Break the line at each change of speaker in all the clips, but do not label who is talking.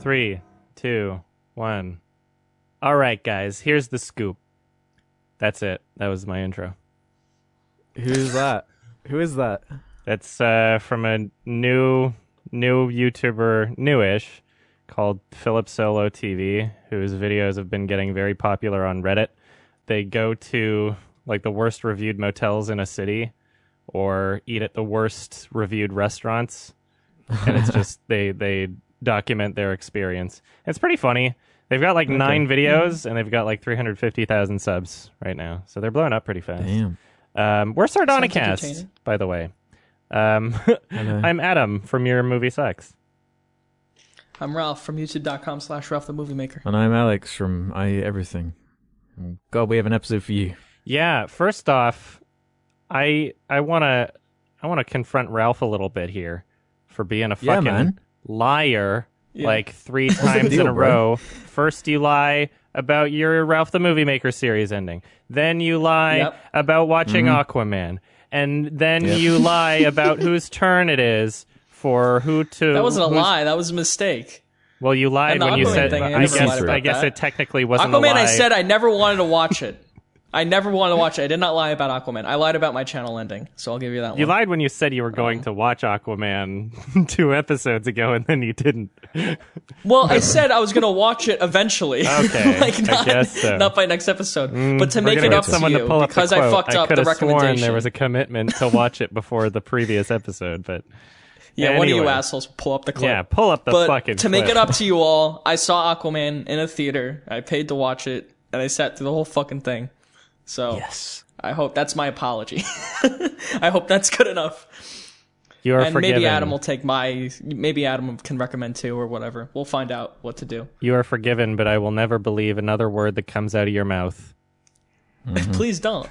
Three, two, one. All right, guys, here's the scoop. That's it. That was my intro.
Who's that? Who is that?
That's uh, from a new new YouTuber, newish, called Philip Solo TV, whose videos have been getting very popular on Reddit. They go to like the worst reviewed motels in a city, or eat at the worst reviewed restaurants, and it's just they they document their experience. It's pretty funny. They've got like nine videos, and they've got like three hundred fifty thousand subs right now, so they're blowing up pretty fast.
Damn.
Um, we're Sardonicast,
entertaining.
by the way. Um,
know.
I'm Adam from your movie sucks.
I'm Ralph from youtube.com slash Ralph the Movie Maker.
And I'm Alex from I Everything. God, we have an episode for you.
Yeah. First off, I I wanna I wanna confront Ralph a little bit here for being a
Yeah,
fucking
man.
liar
Yeah.
like three times in
deal,
a
bro?
row. First you lie about your Ralph the Movie Maker series ending. Then you lie
Yep.
about watching Aquaman. And then
Yep.
you lie about whose turn it is for who to
That wasn't a
whose
lie. That was a mistake.
Well, you lied
And the
when you
Aquaman
said.
thing, I
I,
never
guess.
lied about
I guess
that.
it technically wasn't a
Aquaman,
lie.
I said I never wanted to watch it. I never wanted to watch it. I did not lie about Aquaman. I lied about my channel ending, so I'll give you that
you
one.
lied when you said you were going
Uh-huh.
to watch Aquaman two episodes ago, and then you didn't.
well, I said I was going to watch it eventually.
Okay, I
like not,
guess so. Mm,
not by next episode. but to
We're
make
gonna
it
get
up
someone
to
to
you,
pull up
because
the
I
quote.
fucked up
could
the
have sworn
recommendation.
there was a commitment to watch it before the previous episode, but
yeah, one of you
anyway.
assholes pull up the clip.
yeah, pull up the
but
fucking.
to make
clip.
it up to you all, I saw Aquaman in a theater. I paid to watch it, and I sat through the whole fucking thing. So I hope that's my apology. I hope that's good enough.
you are
and
forgiven.
maybe Adam will take my. Maybe Adam can recommend two or whatever. We'll find out what to do.
You are forgiven, but I will never believe another word that comes out of your mouth. Mm-hmm.
Please don't.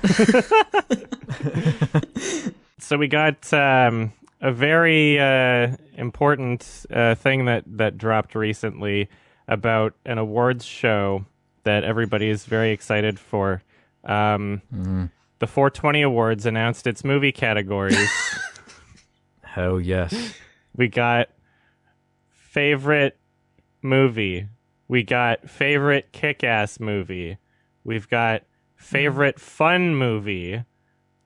so we got um, a very uh, important uh, thing that that dropped recently about an awards show that everybody is very excited for. Um, The 420 Awards announced its movie categories.
Hell yes.
we got favorite movie. We got favorite kick-ass movie. We've got favorite
Mm-hmm.
fun movie.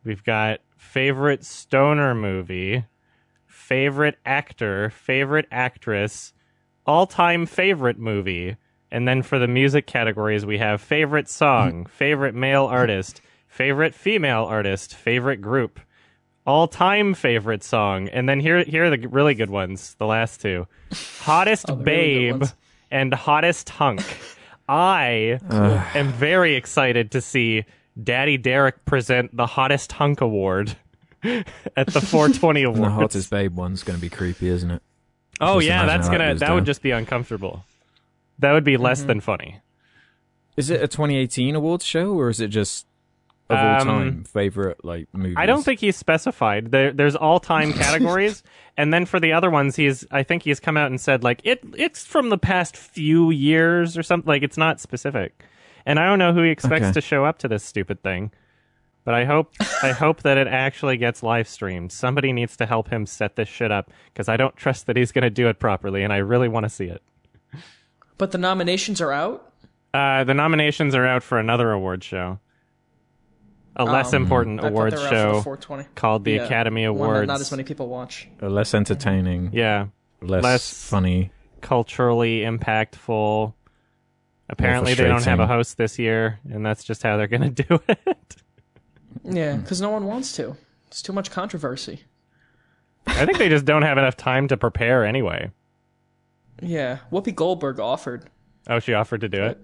We've got favorite stoner movie, favorite actor, favorite actress, all-time favorite movie. And then for the music categories, we have favorite song,
Mm-hmm.
favorite male artist, favorite female artist, favorite group, all-time favorite song. And then here here are the really good ones, the last two. Hottest
Oh, the really good
babe
ones.
and hottest hunk. I am very excited to see Daddy Derek present the hottest hunk award at the 420
And the
awards.
hottest babe one's going to be creepy, isn't it?
oh
Just
yeah,
imagine
that's
how that
gonna
goes
that would
down. Mm-hmm.
just be uncomfortable. That would be less than funny.
Is it a 2018 awards show or is it just of all
Um,
time favorite like movies?
I don't think he's specified. There, there's all time categories, and then for the other ones, he's. I think he's come out and said like it. It's from the past few years or something. Like it's not specific, and I don't know who he expects
Okay.
to show up to this stupid thing. But I hope I hope that it actually gets live streamed. Somebody needs to help him set this shit up because I don't trust that he's going to do it properly, and I really want to see it.
but the nominations are out.
Uh, the nominations are out for another award show, a less
Oh.
important
I thought
award
they were out for the
show
420.
called the
Yeah,
Academy
one that
Awards.
Not as many people watch.
Uh, less entertaining,
Yeah.
less,
less-
funny.
culturally impactful. Apparently, they don't have a
frustrating.
host this year, and that's just how they're going to do it. Mm-hmm.
Yeah, because no one wants to. It's too much controversy.
I think they just don't have enough time to prepare anyway.
Yeah, Whoopi Goldberg offered.
Oh, she offered to do it.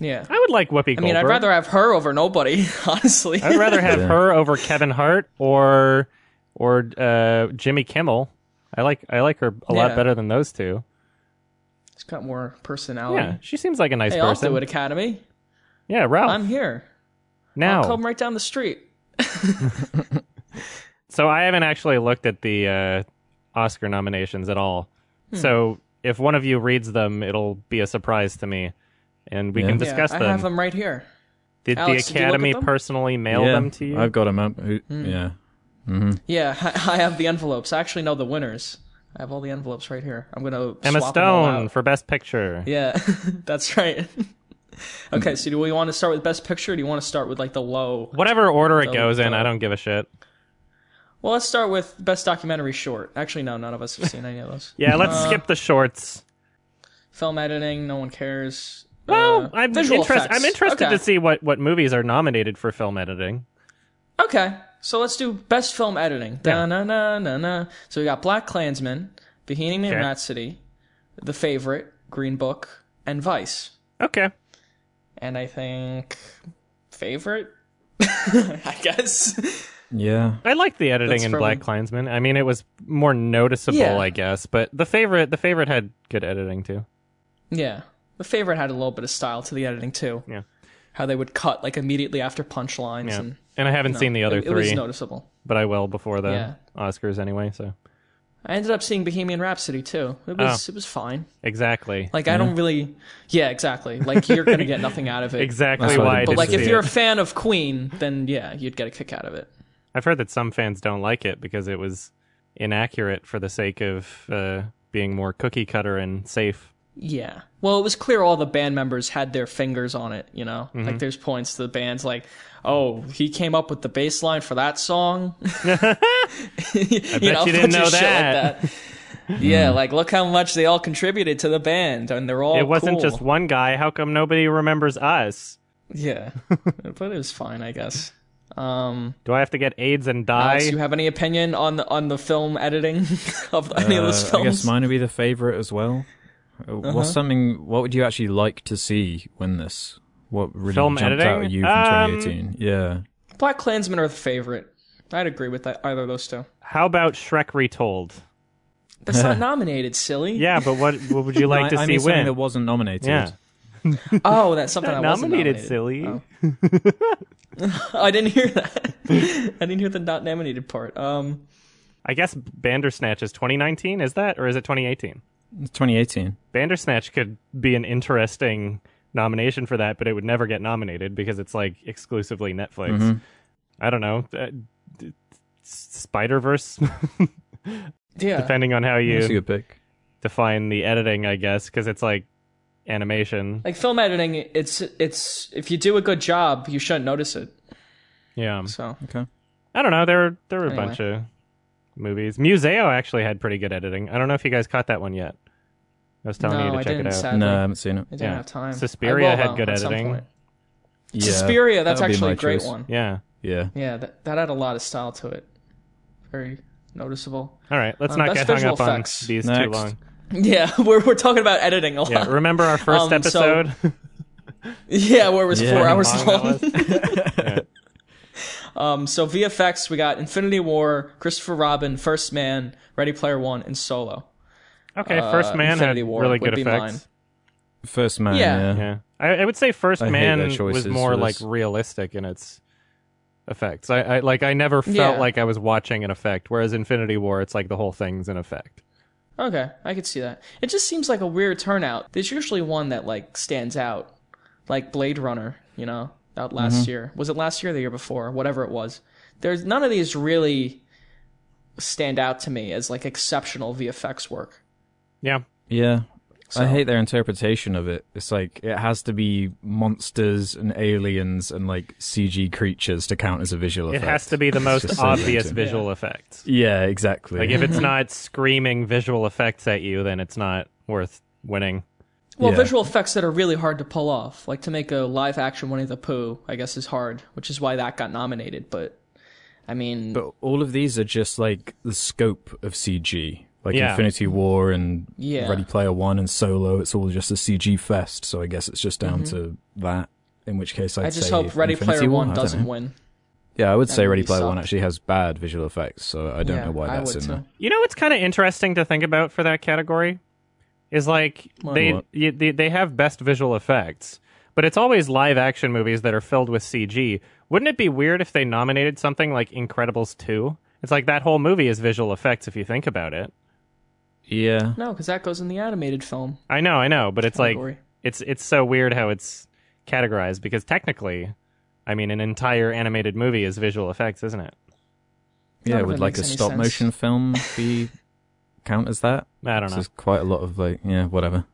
Yeah.
I would like Whoopi Goldberg.
I mean, I'd rather have her over nobody, honestly.
I'd rather have
Yeah.
her over Kevin Hart or or uh, Jimmy Kimmel. I like I like her a lot
Yeah.
better than those two.
It's got more personality.
Yeah, she seems like a nice
hey, I'll
person.
do it, Academy.
Yeah, Ralph.
I'm here.
now
I'll come right down the street.
So I haven't actually looked at the uh, Oscar nominations at all.
Hmm.
So if one of you reads them, it'll be a surprise to me, and we
Yeah.
can
Yeah,
discuss
yeah, I
them.
have them right here.
Did
Alex,
the
did you look at
Academy
them?
personally mail
yeah,
them to you? Hmm.
I've got them up. Who- Yeah.
Yeah, I, I have the envelopes. I actually know the winners. I have all the envelopes right here. I'm gonna
Emma
swap them all
Stone
out.
for Best Picture.
Yeah, that's right. okay, so do we want to start with best picture? Or do you want to start with like the low?
Whatever order it
Oh,
goes in,
God.
I don't give a shit.
Well, let's start with best documentary short. Actually, no, none of us have seen any of those.
Yeah, let's
Uh,
skip the shorts.
Film editing, no one cares.
Well,
Uh,
I'm
visual
interested.
effects.
I'm interested
Okay.
to see what what movies are nominated for film editing.
Okay, so let's do best film editing.
Yeah.
Na na na na. So we got Black Klansman, Bohemian
Okay.
Rhapsody, The Favorite, Green Book, and Vice.
Okay,
And I think favorite. I guess.
Yeah.
I like the editing
That's
in
probably-
Black Klansman. I mean, it was more noticeable,
Yeah.
I guess. But the favorite, the favorite had good editing too.
Yeah. The favorite had a little bit of style to the editing too.
Yeah.
How they would cut like immediately after punchlines
Yeah,
and
and I haven't seen the other
it, it
three,
was noticeable.
but I will before the
Yeah.
Oscars anyway. So
I ended up seeing Bohemian Rhapsody too. It was
Oh.
it was fine.
exactly,
Like I don't really Yeah, exactly. Like you're gonna get nothing out of it.
exactly
That's what I
why. I
did.
But
didn't
like if
see
you're
it.
a fan of Queen, then yeah, you'd get a kick out of it.
I've heard that some fans don't like it because it was inaccurate for the sake of uh, being more cookie cutter and safe.
Yeah. Well, it was clear all the band members had their fingers on it, you know?
Mm-hmm.
Like, there's points to the band's like, oh, he came up with the bass line for that song. you
bet you didn't
bunch of
know
shit
that. Hmm.
Like that. yeah, like, look how much they all contributed to the band, and they're all.
it wasn't
Oh, cool.
just one guy. How come nobody remembers us?
Yeah. but it was fine, I guess. Um,
Do I have to get AIDS and die?
Alex, you have any opinion on the, on the film editing of any of those
Uh, I
films?
guess mine would be the favorite as well. Uh,
Uh-huh.
What's something? What would you actually like to see win this? What really
Film
jumped out
editing?
at you from
Um,
2018? Yeah.
Black Klansmen are the favorite. I'd agree with that, either of those two.
How about Shrek Retold?
That's not nominated, silly.
Yeah, but what, what would you like to
I, I
see
mean something
win?
that wasn't nominated.
yeah,
Oh, that's something I wasn't
nominated,
nominated. Oh.
silly.
I didn't hear that. I didn't hear the not nominated part. Um,
I guess Bandersnatch is 2019. Is that or is it 2018?
It's 2018.
Bandersnatch could be an interesting nomination for that, but it would never get nominated because it's like exclusively Netflix.
Mm-hmm.
I don't know. Uh, Spider Verse,
yeah,
depending on how
That's a
you
good pick.
define the editing, I guess, because it's like animation.
like film editing, it's it's if you do a good job, you shouldn't notice it.
Yeah,
So
Okay.
I don't know. There were there were a
Anyway.
bunch of movies. Museo actually had pretty good editing. I don't know if you guys caught that one yet. I was telling
no,
you to
I
check
didn't.
it out.
Sadly,
No, I
I
haven't seen it.
didn't
yeah.
have time.
Suspiria
I will,
had
though,
good
at some
editing.
point.
Yeah,
Suspiria, that's
that would be
actually
my
a great
choice.
one.
Yeah.
Yeah.
Yeah, that that had a lot of style to it. Very noticeable.
All right. Let's
Uh,
not
best
get hung
visual
up
effects.
on these too
Next.
long.
Yeah, we're we're talking about editing a lot.
Yeah. Remember our first
Um, so-
episode?
Yeah, where it was
Yeah.
four
How
hours
long
long.
that was?
Um, so VFX, we got Infinity War, Christopher Robin, First Man, Ready Player One, and Solo.
okay.
Uh,
First Man had
Infinity War
really
would
good
be
effects.
First man.
Yeah.
Yeah.
Yeah. I, I would say First
I hate their
Man was
choices
more
for
like
this.
realistic in its effects. I, I like. I never felt
Yeah.
like I was watching an effect. Whereas Infinity War, it's like the whole thing's an effect.
Okay, I could see that. It just seems like a weird turnout. There's usually one that like stands out, like Blade Runner. You know, out last year. Was it last year or the year before? Whatever it was. There's none of these really stand out to me as like exceptional VFX work.
Yeah.
Yeah.
So-
I hate their interpretation of it. It's like it has to be monsters and aliens and like CG creatures to count as a visual
It
effect.
has to be the
It's
most
just so
obvious
daunting.
visual effects.
Yeah, exactly.
Like if it's not screaming visual effects at you, then it's not worth winning.
Well,
Yeah.
visual effects that are really hard to pull off, like to make a live action Winnie the Pooh, I guess is hard, which is why that got nominated. But I mean,
But all of these are just like the scope of CG. Like
Yeah.
Infinity War and
Yeah.
Ready Player One and Solo, it's all just a CG fest. So I guess it's just down to that. In which case, I'd
Mm-hmm. I just
say
hope Ready
Infinity
Player
War? I
One
don't
doesn't
know.
win.
Yeah, I would say
movie
Ready Player One
sucked.
actually has bad visual effects, so I don't
yeah,
know why
I
that's
would
in
too.
there.
You know what's kind of interesting to think about for that category is like
What?
they,
What?
you, they they have best visual effects, but it's always live action movies that are filled with CG. Wouldn't it be weird if they nominated something like Incredibles 2? It's like that whole movie is visual effects if you think about it.
Yeah,
No, because that goes in the animated film.
I know, I know, but it's like
Category.
it's it's so weird how it's categorized because technically, I mean, an entire animated movie is visual effects, isn't it?
yeah.
of it
Would like a
makes any
stop
sense.
motion film be count as that?
I don't
So
know.
There's quite a lot of like, yeah, whatever.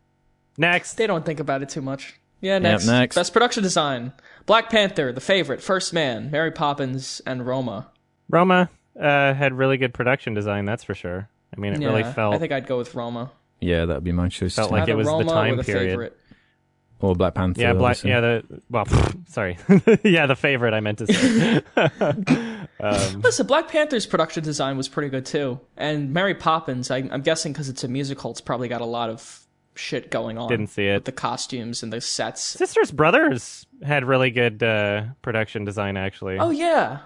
Next,
They don't think about it too much. Yeah, next.
next.
Best production design. Black Panther, The Favorite, First Man, Mary Poppins, and Roma.
Roma uh, had really good production design. That's for sure. I mean, it really
Yeah,
felt
I think I'd go with Roma.
Yeah, that'd be my choice.
Felt
too.
like
Either
it was the
Roma
time
or the
period.
Favorite.
or Black Panther.
yeah, black.
obviously.
Yeah, the well, sorry. yeah, the favorite I meant to say. um,
Listen, Black Panther's production design was pretty good too, and Mary Poppins. I, I'm guessing because it's a musical, it's probably got a lot of shit going on.
didn't see
with
it.
the costumes and the sets.
Sisters Brothers had really good uh, production design. Actually,
Oh yeah,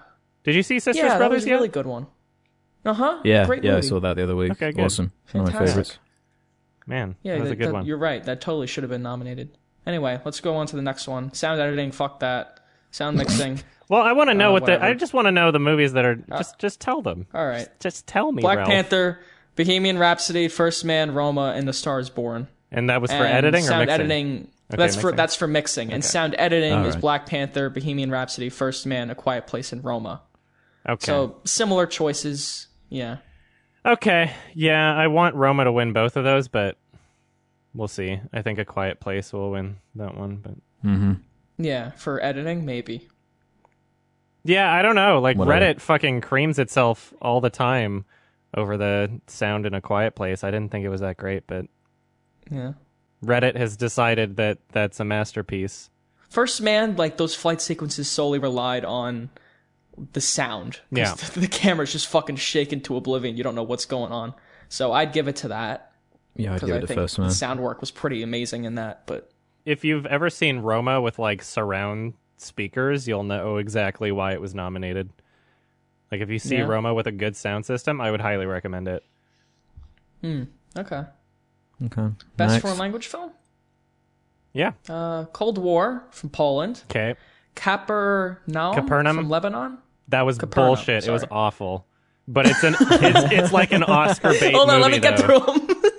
did you see Sisters
yeah, that
Brothers
was a
yet?
really good one. Uh huh.
yeah,
Great
yeah. I
movie.
saw that the other week.
Okay, good.
Awesome. One of my
Fantastic.
favorites.
Man,
Yeah,
that was
that-
a good
that-
one.
You're right. That totally should have been nominated. Anyway, let's go on to the next one. Sound editing. Fuck that. Sound mixing.
Well, I want to know
Uh,
what the. I
whatever.
just want to know the movies that are. Just, just tell them.
All right.
Just tell me.
Black
Ralph.
Panther, Bohemian Rhapsody, First Man, Roma, and The Stars Born.
And that was for
and
editing or
sound
mixing?
editing. that's for
mixing.
that's for mixing. And sound editing
All
is
right.
Black Panther, Bohemian Rhapsody, First Man, A Quiet Place, and Roma.
Okay.
So similar choices. Yeah.
okay. Yeah, I want Roma to win both of those, but we'll see. I think A Quiet Place will win that one, but
Mm-hmm.
Yeah. For editing, maybe.
yeah, I don't know. Like
Whatever.
Reddit fucking creams itself all the time over the sound in A Quiet Place. I didn't think it was that great, but
Yeah.
Reddit has decided that that's a masterpiece.
First Man, like those flight sequences solely relied on the sound. 'Cause
Yeah.
The, the camera's just fucking shaken to oblivion. You don't know what's going on. So I'd give it to that
Yeah, I'd
because
give
I
it the
think
first
the
man.
sound work was pretty amazing in that. But
If you've ever seen Roma with like surround speakers, you'll know exactly why it was nominated. Like if you see
Yeah.
Roma with a good sound system, I would highly recommend it.
okay,
Okay.
best
Next.
foreign language film.
Yeah.
Uh, Cold War from Poland.
Okay.
Capernaum,
Capernaum?
from Lebanon.
That was
Capernaum,
bullshit. It was
sorry.
awful. But it's an it's, it's like an Oscar bait.
Hold on, let
movie,
me get
though.
through them.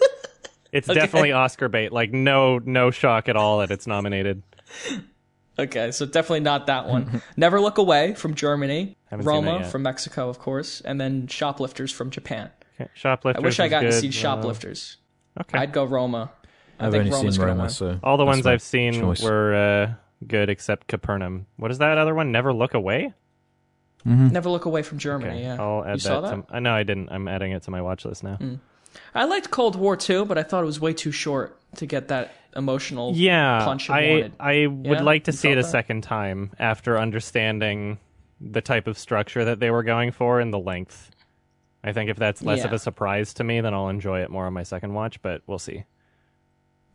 It's definitely Oscar bait. Like no no shock at all that it's nominated.
okay, so definitely not that one. Never Look Away from Germany.
Haven't seen that
Roma
yet.
from Mexico, of course, and then Shoplifters from Japan.
Okay, Shoplifters.
I wish I
is
got to
good.
see
Uh,
Shoplifters.
okay.
I'd go Roma. I
I've
think
only
Roma's
seen
gonna
Roma,
win.
so
all the
that's
ones
my
I've seen
choice.
were uh, good except Capernaum. What is that other one? Never look away.
Never look away from Germany.
Okay,
Yeah,
I'll add
you saw that.
to uh, no, I didn't. I'm adding it to my watch list now.
I liked Cold War too, but I thought it was way too short to get that emotional
Yeah,
punch you
I
wanted.
I would
Yeah,
like to
you
see it a
felt that?
second time after understanding the type of structure that they were going for and the length. I think if that's less of
Yeah.
a surprise to me, then I'll enjoy it more on my second watch. But we'll see.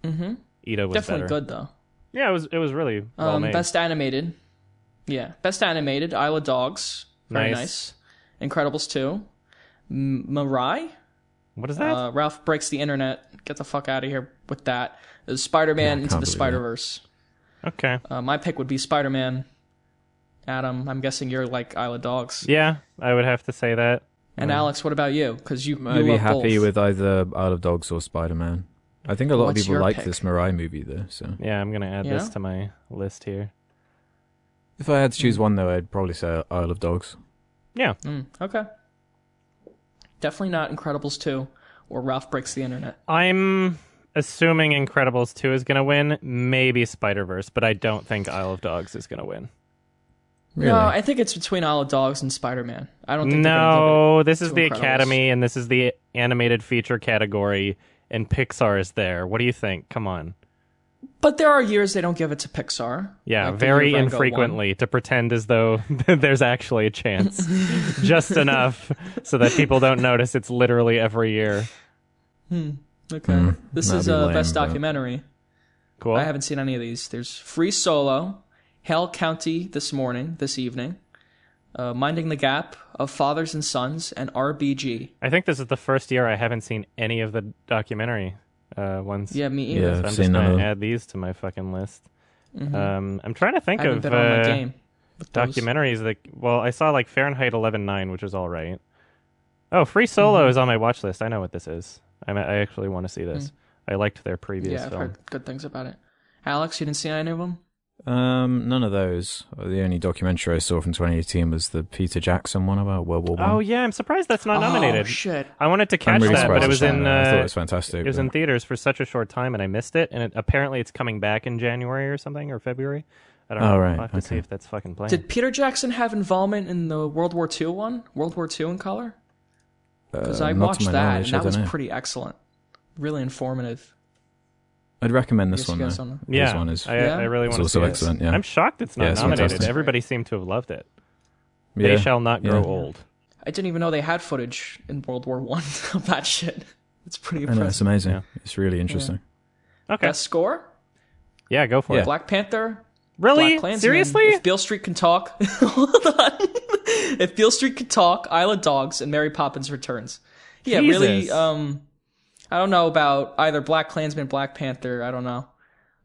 Mm-hmm. Ida was
Definitely
better.
good though.
Yeah, it was. It was really well
um,
made.
best animated. Yeah, best animated. Isle of Dogs. Very
Nice.
nice. Incredibles two. M- Mirai.
what is that?
Uh, Ralph breaks the internet. Get the fuck out of here with that. Spider Man
Yeah, I
into
can't
the
believe that.
Spider Verse.
okay.
Uh, my pick would be Spider Man. Adam, I'm guessing you're like Isle of Dogs.
Yeah, I would have to say that.
And Alex, what about you? Because you, you
I'd be
love
happy
both.
with either Isle of Dogs or Spider Man. I think a lot
What's
of people
your
like
pick?
this Mirai movie though. So
Yeah, I'm gonna add this
Yeah?
to my list here.
if I had to
Hmm.
choose one though, I'd probably say Isle of Dogs.
Yeah,
Mm, okay. Definitely not Incredibles 2 or Ralph Breaks the Internet.
I'm assuming Incredibles 2 is gonna win, maybe Spider Verse, but I don't think Isle of Dogs is gonna win.
Really?
No, I think it's between Isle of Dogs and Spider Man. I don't think they're gonna
No, this is
to
the
Incredibles.
Academy, and this is the animated feature category, and Pixar is there. What do you think? Come on.
give it- But there are years they don't give it to Pixar.
Yeah,
Like the
very
year Rango
infrequently to pretend as though there's actually a chance. Just enough so that people don't notice it's literally every year.
won. Okay.
Mm,
this
that'd
is
be
uh,
lame,
best
but-
documentary.
Cool.
I haven't seen any of these. There's Free Solo, Hale County this morning, this evening, uh, Minding the Gap of Fathers and Sons, and RBG.
I think this is the first year I haven't seen any of the documentary uh, ones.
Yeah, me either.
Yeah,
So
I've
I'm
seen
just
none of
gonna
them.
add these to my fucking list. Um, I'm trying to think
Mm-hmm. I haven't
of
been on my
uh,
game. with those.
documentaries that. Well, I saw like Fahrenheit 11.9, which was all right. Oh, Free
Mm-hmm.
Solo is on my watch list. I know what this is. I'm, I actually want to see this. I liked their previous
Mm. Yeah, I've
film.
heard good things about it. Alex, you didn't see any of them?
Um, none of those. The only documentary I saw from 2018 was the Peter Jackson one about World War One.
Oh yeah, I'm surprised that's not nominated.
Oh shit!
I wanted to
I'm
catch
really
that, but
surprised
it was
it's not
in
there. I thought it
uh,
was fantastic.
it was
but-
in theaters for such a short time, and I missed it. And it, apparently, it's coming back in January or something or February. I don't know.
Oh, right,
I'll have to see
okay.
if that's fucking playing.
Did Peter Jackson have involvement in the World War II one? World War II in color? Because
Uh,
I
not to
watched
my
that,
knowledge,
and
I
that was
dunno.
pretty excellent. Really informative.
I'd recommend this
Yes,
one.
you guys
though.
don't know.
This
yeah,
one is.
I,
Yeah.
I really
It's
want to
also
see
excellent,
It.
yeah.
I'm shocked it's not
Yeah, it's
nominated.
fantastic.
Everybody seemed to have loved it.
yeah.
They shall not grow
Yeah.
old.
I didn't even know they had footage in World War One of that shit. It's
I
pretty
know, it's
impressive.
amazing.
Yeah.
It's really interesting.
Okay,
Best score?
yeah, go for
Yeah.
it.
Black Panther,
Really?
Black Klansman.
Seriously?
If Beale Street can talk, hold on. if Beale Street could talk, Isle of Dogs and Mary Poppins Returns. Yeah, really.
Jesus.
Um, I don't know about either Black Klansman, Black Panther. I don't know.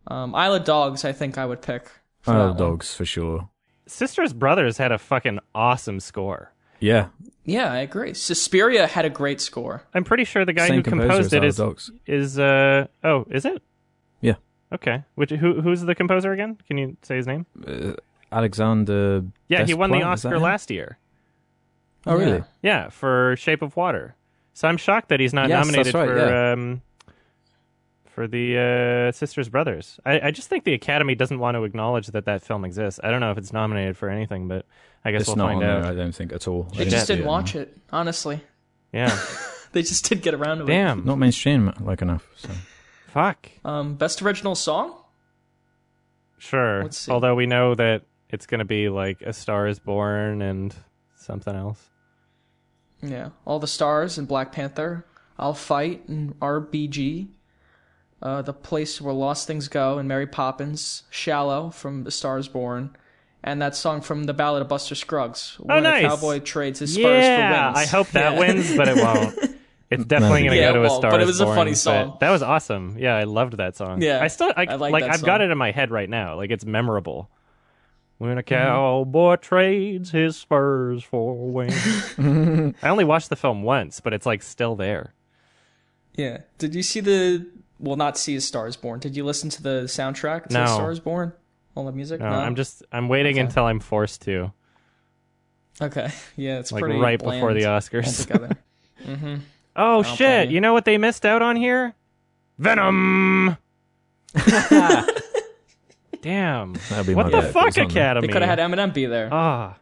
Um, Isle of Dogs, I think I would pick. for
Oh,
that one.
dogs for sure.
Sisters Brothers had a fucking awesome score.
Yeah,
Yeah, I agree. Suspiria had a great score.
I'm pretty sure the guy
same
who
composer
composed
as
it
Isle of
is
Dogs.
is uh oh, is it?
Yeah.
Okay. Which who who's the composer again? Can you say his name?
Alexander.
Yeah, he won the
Desplat, is that
Oscar
him?
last year.
Oh, really?
Yeah.
Yeah, for Shape of Water. So I'm shocked that he's not
Yes,
nominated
that's right,
for
yeah.
um for the uh, Sisters Brothers. I, I just think the Academy doesn't want to acknowledge that that film exists. I don't know if it's nominated for anything, but I guess
It's
we'll
not
find
on
out.
there, I don't think at all. I
They just
see
didn't watch it, honestly.
Yeah.
They just didn't get around to it.
Damn.
Not mainstream like enough. So.
Fuck.
Um, best original song?
Sure.
Let's see.
Although we know that it's going to be like A Star is Born and something else.
Yeah, all the stars and Black Panther. I'll fight and RBG. Uh, the place where lost things go and Mary Poppins. Shallow from The Stars Born, and that song from the Ballad of Buster Scruggs. where
Oh, nice.
the cowboy trades his spurs
yeah,
for wings.
I hope that
Yeah.
wins, but it won't. It's definitely going to
Yeah,
go to
it
a
won't,
star.
but it
Is
was a
Born,
funny
but
song.
That was awesome. Yeah, I loved that song.
Yeah,
I still I,
I
like.
like that
I've got
song.
it in my head right now. Like it's memorable. When
Mm-hmm.
a cowboy trades his spurs for wings. I only watched the film once, but it's like still there.
Yeah. Did you see the? Well, not see A Stars Born. Did you listen to the soundtrack to
No.
A Stars Born? All the music.
No, I'm just I'm waiting until I'm forced to,
okay. Yeah, it's
like
pretty
right
bland
before the Oscars.
altogether. Mm-hmm.
Oh shit!
blame you.
You know what they missed out on here? Venom. Damn.
That'd be
What
my
the
bet if it
fuck,
was on there.
Academy?
they could have had Eminem be
Oh,
there.
Ah.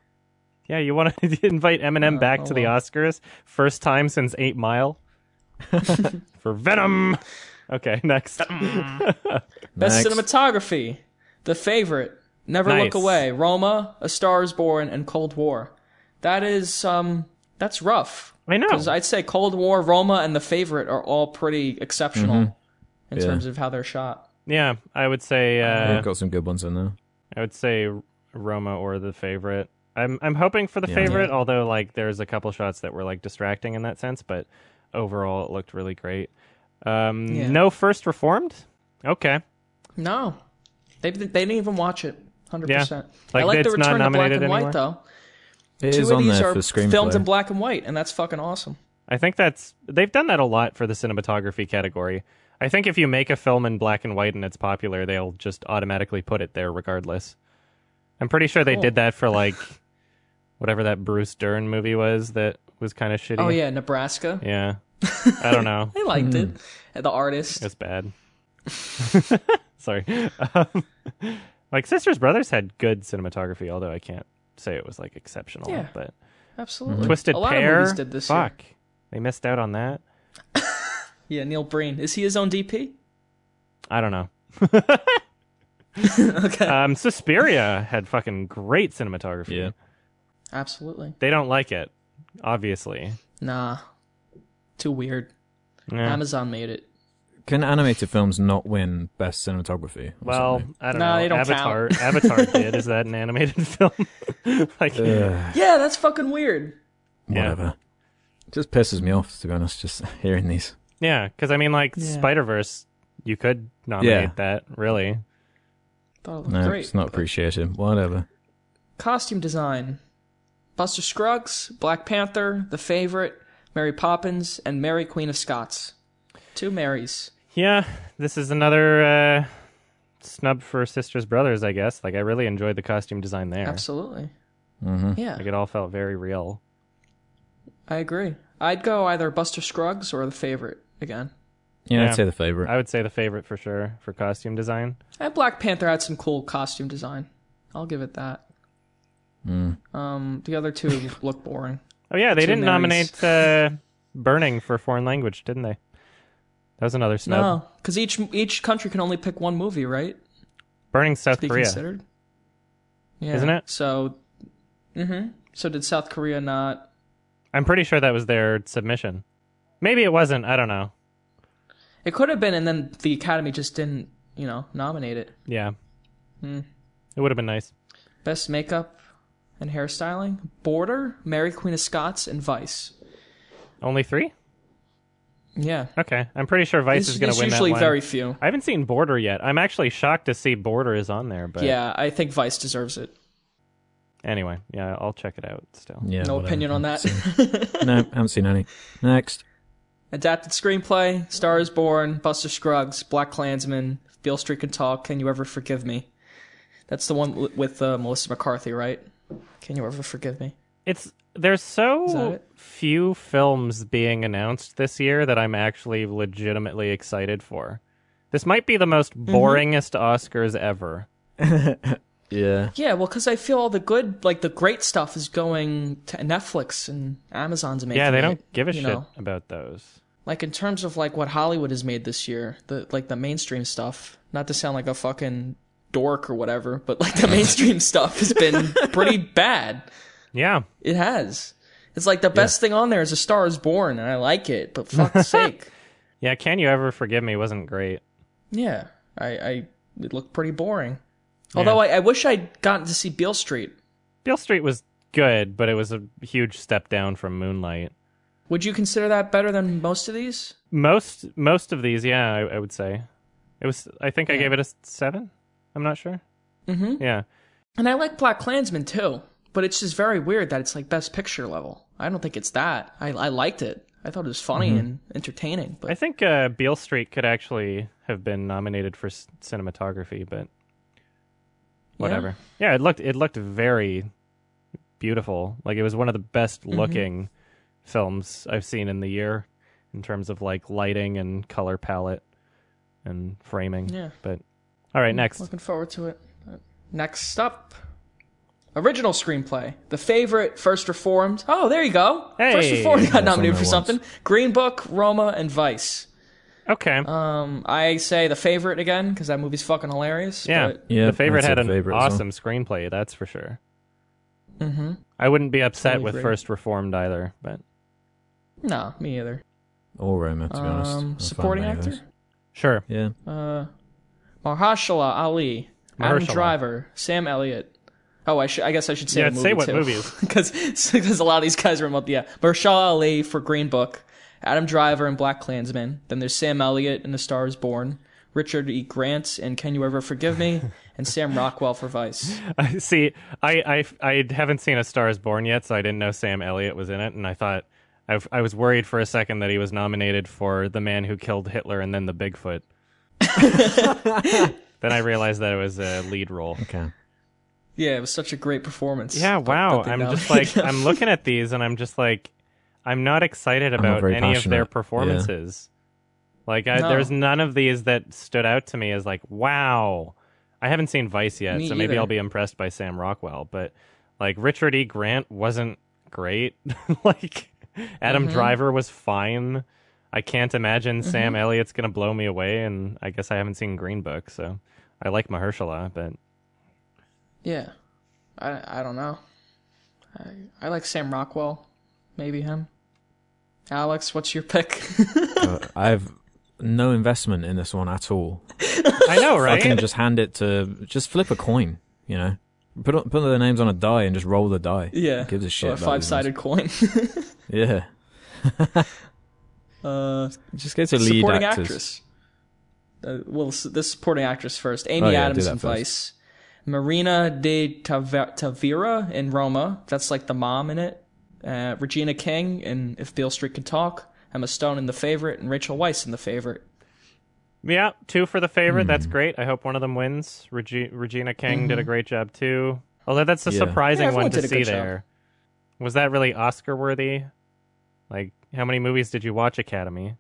Yeah, you want to invite Eminem
Uh,
back to the Oscars? First time since Eight Mile. For Venom. Okay, next.
Best
Next.
cinematography. The favorite. Never
Nice.
Look Away. Roma, A Star is Born, and Cold War. That is um that's rough.
I
Oh.
know.
'Cause I'd say Cold War, Roma, and the favorite are all pretty exceptional in
Mm-hmm. Yeah.
terms of how they're shot.
Yeah, I would say uh,
They've got some good ones in there.
I would say Roma or the favorite. I'm I'm hoping for the favorite, although like there's a couple shots that were like distracting in that sense, but overall it looked really great. Um,
Yeah.
No first reformed. Okay,
No. They they didn't even watch it. 100%.
Like,
I like the
it's not
return to black
nominated
and white
anywhere?
though.
It
Two
is
of
on
these
there
are
for screenplay.
filmed in black and white and that's fucking awesome.
I think that's they've done that a lot for the cinematography category. I think if you make a film in black and white and it's popular, they'll just automatically put it there regardless. I'm pretty sure they
Cool.
did that for like whatever that Bruce Dern movie was that was kind of shitty.
Oh yeah, Nebraska.
Yeah. I don't know.
I liked it.
Mm-hmm.
And The artist.
It's bad. Sorry. Um, like Sisters Brothers had good cinematography, although I can't say it was like exceptional.
Yeah.
But
Absolutely.
Mm-hmm.
Twisted
a lot
Pair.
of movies did this year.
fuck. They missed out on that.
Yeah, Neil Breen. Is he his own DP?
I don't know.
okay.
Um, Suspiria had fucking great cinematography.
Yeah.
Absolutely.
They don't like it, obviously.
Nah. Too weird.
Yeah.
Amazon made it.
Can animated films not win best cinematography? or
Well,
something?
I don't
No,
know.
they don't
Avatar, Avatar did. Is that an animated film? like,
Ugh,
Yeah, that's fucking weird.
Yeah.
whatever. Just pisses me off to be honest. Just hearing these.
yeah, because I mean, like
Yeah.
Spider Verse, you could nominate
Yeah.
that. Really,
Thought it looked
No,
Oh, great.
it's not appreciated. Whatever.
Costume design. Buster Scruggs, Black Panther, The Favorite, Mary Poppins, and Mary Queen of Scots. Two Marys.
Yeah, this is another uh, snub for Sisters Brothers, I guess. Like I really enjoyed the costume design there.
Absolutely.
Mm-hmm.
Yeah,
Like it all felt very real.
I agree. I'd go either Buster Scruggs or the favorite again.
Yeah,
Yeah.
I'd say the favorite.
I would say the favorite for sure for costume design.
And Black Panther had some cool costume design. I'll give it that. Um, the other two look boring.
Oh yeah, they
Two
didn't
Marys.
nominate uh, Burning for foreign language, didn't they? That was another snub.
No, because Oh. each each country can only pick one movie, right?
Burning South
Be
Korea.
considered. Yeah.
Isn't it?
So, hmm so did South Korea not?
I'm pretty sure that was their submission. Maybe it wasn't. I don't know.
It could have been, and then the Academy just didn't, you know, nominate it.
Yeah,
Hmm.
it would have been nice.
Best makeup and hairstyling: Border, Mary Queen of Scots, and Vice.
Only three?
Yeah,
Okay, I'm pretty sure Vice
It's-
is going
it's
to win that
usually
one.
very few.
I haven't seen Border yet. I'm actually shocked to see Border is on there. But
Yeah, I think Vice deserves it.
anyway, yeah, I'll check it out still.
yeah,
no
whatever.
opinion on that.
no, haven't seen any. Next.
Adapted screenplay: Star is Born, Buster Scruggs, Black Klansman, Beale Street Can Talk, Can You Ever Forgive Me? That's the one w- with uh, Melissa McCarthy, right? Can You Ever Forgive Me?
It's there's
that
so
it?
few films being announced this year that I'm actually legitimately excited for. This might be the most
Mm-hmm.
boringest Oscars ever.
Yeah.
Yeah, well, because I feel all the good, like the great stuff, is going to Netflix and Amazon's making.
Yeah, they
it,
don't give a
you
shit
know.
about those.
Like in terms of like what Hollywood has made this year, the like the mainstream stuff. Not to sound like a fucking dork or whatever, but like the mainstream stuff has been pretty bad.
Yeah,
It has. It's like the best thing on there is A Star Is Born, and I like it, but fuck's sake,
yeah. Can you ever forgive me? Wasn't great.
yeah, I, I it looked pretty boring. Although I, I wish I'd gotten to see Beale Street.
Beale Street was good, but it was a huge step down from Moonlight.
Would you consider that better than most of these?
Most most of these, yeah, I, I would say it was. I think I gave it a s- seven. I'm not sure. Mm-hmm. Yeah,
And I like Black Klansman too, but it's just very weird that it's like Best Picture level. I don't think it's that. I I liked it. I thought it was funny and entertaining, but
Mm-hmm. I think uh, Beale Street could actually have been nominated for s- cinematography, but whatever. Yeah. it looked it looked very beautiful. Like it was one of the best looking films I've seen in the year in terms of like lighting and color palette and framing.
Yeah.
But all right, next.
Looking forward to it. Next up, original screenplay. The favorite, First Reformed. Oh, there you go.
Hey.
First Reformed got
on
nominated
there
for
once.
something. Green Book, Roma, and Vice.
Okay.
Um, I say the favorite again because that movie's fucking hilarious.
yeah.
but-
Yeah,
The favorite
I'd say
had
The
an
Favorite as well.
awesome screenplay, that's for sure.
mm-hmm.
Mhm. I wouldn't be upset
Totally
with
agree.
First Reformed either, but
no, me either.
Or Roma, to be honest. I'm
Um,
fine
supporting
with any of
actor.
those.
sure.
Yeah.
Uh, Mahershala Ali, Adam
Mahershala.
Driver, Sam Elliott. Oh, I should. I guess I should say
Yeah,
the
say what movie
movie
is.
because because a lot of these guys are in. Yeah, Mahershala Ali for Green Book, Adam Driver and Black Klansman. Then there's Sam Elliott in The Star Is Born, Richard E. Grant in Can You Ever Forgive Me, and Sam Rockwell for Vice.
I see. I, I I haven't seen A Star Is Born yet, so I didn't know Sam Elliott was in it, and I thought I, I was worried for a second that he was nominated for The Man Who Killed Hitler and then The Bigfoot. then I realized that it was a lead role.
Okay.
Yeah, it was such a great performance.
Yeah, wow.
that they
I'm just
nominated
like I'm looking at these, and I'm just like I'm not excited about
very
any of their
passionate. Yeah.
performances. Like I,
No.
there's none of these that stood out to me as like wow. I haven't seen Vice yet,
Me
so maybe
either.
I'll be impressed by Sam Rockwell. But like Richard E. Grant wasn't great. like Adam
Mm-hmm.
Driver was fine. I can't imagine Sam Elliott's gonna blow me away, and I guess I haven't seen Green Book, so I like Mahershala, but
Yeah, I I don't know. I I like Sam Rockwell, maybe him. Alex, what's your pick?
But Uh, I've no investment in this one at all.
I know,
I
right?
can just hand it to just flip a coin, you know. Put on- put their names on a die and just roll the die.
yeah,
Gives a shit.
Or a
about these
five sided coin.
ones. Yeah.
uh,
Just go to lead
supporting
actors.
actress. Uh, well, s- the supporting actress first. Amy
Oh, yeah, do
Adams
that
in
first.
Vice. Marina de Tave- Tavira in Roma. That's like the mom in it. Uh, Regina King in If Beale Street Could Talk. Emma Stone in The Favorite, and Rachel Weisz in The Favorite.
Yeah, two for the favorite. That's great. I hope one of them wins. Regi- Regina King did a great job too. Although that's a
Yeah.
surprising
Yeah, everyone
one to
did a
see
good job.
there. Was that really Oscar worthy? Like, how many movies did you watch, Academy?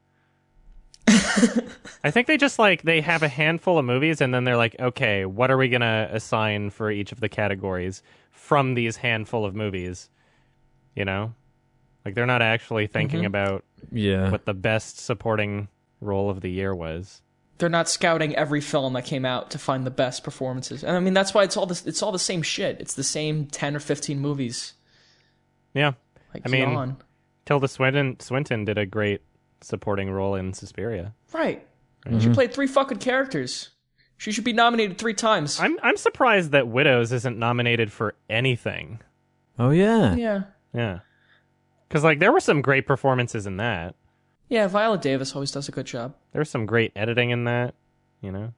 I think they just like they have a handful of movies and then they're like, okay, what are we gonna assign for each of the categories from these handful of movies? You know, like they're not actually thinking
Mm-hmm.
about
Yeah.
what the best supporting role of the year was.
They're not scouting every film that came out to find the best performances. And I mean that's why it's all this it's all the same shit. It's the same 10 or 15 movies.
Yeah,
Like
I mean-
yawn.
Tilda Swinton Swinton did a great supporting role in Suspiria.
Right. She
Mm-hmm.
played three fucking characters. She should be nominated 3 times.
I'm I'm surprised that Widows isn't nominated for anything.
Oh yeah.
yeah.
Yeah, because like there were some great performances in that.
Yeah, Viola Davis always does a good job.
There was some great editing in that. You know.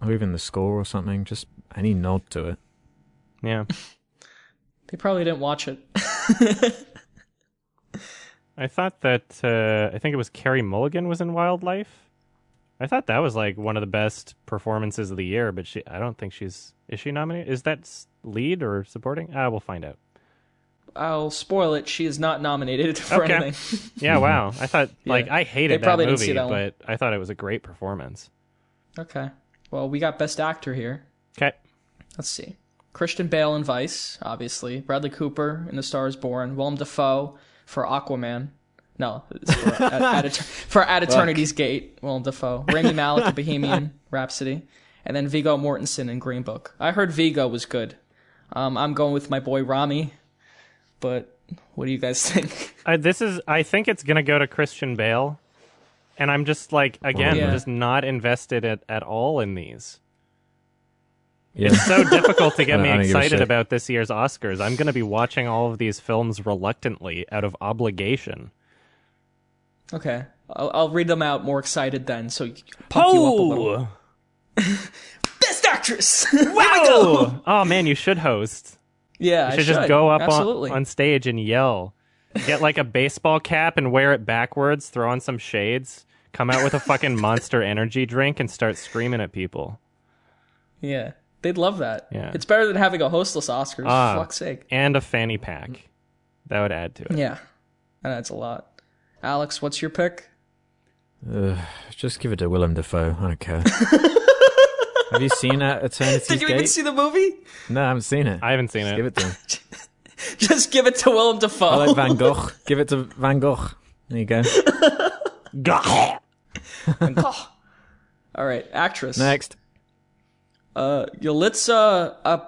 Or even the score or something. Just any nod to it.
Yeah,
They probably didn't watch it.
I thought that uh, I think it was Carrie Mulligan was in Wildlife. I thought that was like one of the best performances of the year, but she I don't think she's is she nominated? Is that s- lead or supporting? Ah, we'll find out.
I'll spoil it. She is not nominated for
Okay.
anything.
Yeah, wow. I thought like I hated
They probably
that
didn't see
movie,
that one.
but I thought it was a great performance.
okay. Well, we got Best Actor here.
Okay.
Let's see. Christian Bale in Vice, obviously. Bradley Cooper in The Star is Born. Willem Dafoe for Aquaman. No, it's for, at, at, Eter- for At Eternity's Gate, Willem Dafoe. Rami Malek in Bohemian Rhapsody. And then Vigo Mortensen in Green Book. I heard Vigo was good. Um, I'm going with my boy Rami. But what do you guys think?
I, Uh, this is. I think it's gonna go to Christian Bale, and I'm just like again,
Yeah.
just not invested at, at all in these.
Yeah.
So difficult to get
I
me
don't give a
excited
shit.
about this year's Oscars. I'm gonna be watching all of these films reluctantly out of obligation.
Okay. I'll, I'll read them out more excited then, so you pump you up a little.
Oh!
Best actress!
Wow! oh man, you should host.
yeah,
You
I
should just go up
Absolutely.
on, on stage and yell. Get like a baseball cap and wear it backwards. Throw on some shades. Come out with a fucking monster energy drink and start screaming at people.
Yeah, they'd love that.
Yeah.
it's better than having a hostless Oscars.
Ah.
for fuck's sake.
and a fanny pack. That would add to it.
Yeah, and that's a lot. Alex, what's your pick?
Ugh, just give it to Willem Dafoe. I don't care. Have you seen that Eternity's
Did you even
Gate?
see the movie?
no, I haven't seen it.
I haven't seen
Just
it.
Give it to him.
Just give it to Willem Dafoe.
I like Van Gogh. give it to Van Gogh. There you go.
Gah!
All right, actress.
Next.
uh, Yalitza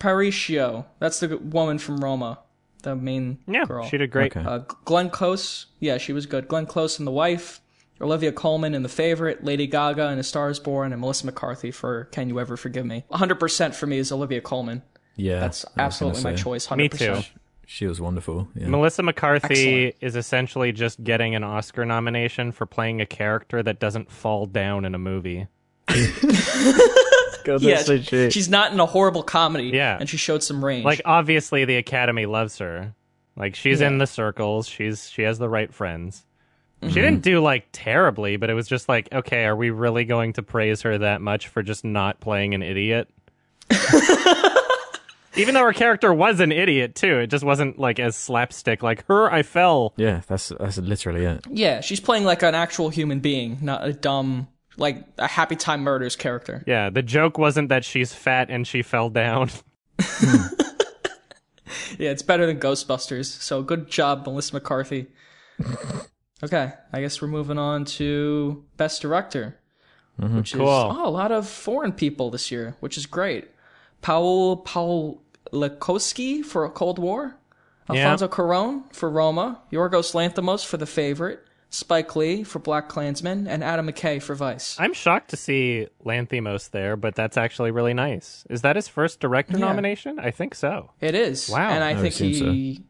Aparicio. That's the woman from Roma, the main
Yeah,
girl.
she did great.
Okay.
Uh, Glenn Close, yeah, she was good. Glenn Close in The Wife, Olivia Colman in The Favorite, Lady Gaga in A Star Is Born, and Melissa McCarthy for Can You Ever Forgive Me. 100% for me is Olivia Colman.
Yeah.
That's
I was gonna
absolutely my
say.
choice. 100%.
Me too.
She was wonderful. Yeah.
Melissa McCarthy is essentially just getting an Oscar nomination for playing a character that doesn't fall down in a movie.
God,
Yeah, she's not in a horrible comedy.
Yeah.
and she showed some range.
Like obviously the Academy loves her. Like she's in the circles, she's she has the right friends.
Mm-hmm.
She didn't do like terribly, but it was just like, okay, are we really going to praise her that much for just not playing an idiot? Even though her character was an idiot too, it just wasn't like as slapstick like her I fell.
yeah, that's that's literally it.
yeah, she's playing like an actual human being, not a dumb like a Happy Time Murders character.
Yeah, the joke wasn't that she's fat and she fell down.
Yeah, it's better than Ghostbusters. So good job, Melissa McCarthy. okay, I guess we're moving on to Best Director, which
Mm-hmm, Cool.
is oh, a lot of foreign people this year, which is great. Paul Paul Lekowski for Cold War,
Yeah.
Alfonso Cuarón for Roma, Yorgos Lanthimos for The Favorite, Spike Lee for Black Klansman, and Adam McKay for Vice.
I'm shocked to see Lanthimos there, but that's actually really nice. Is that his first director nomination? I think so.
It is.
Wow.
and I,
would
think
assume so.
he,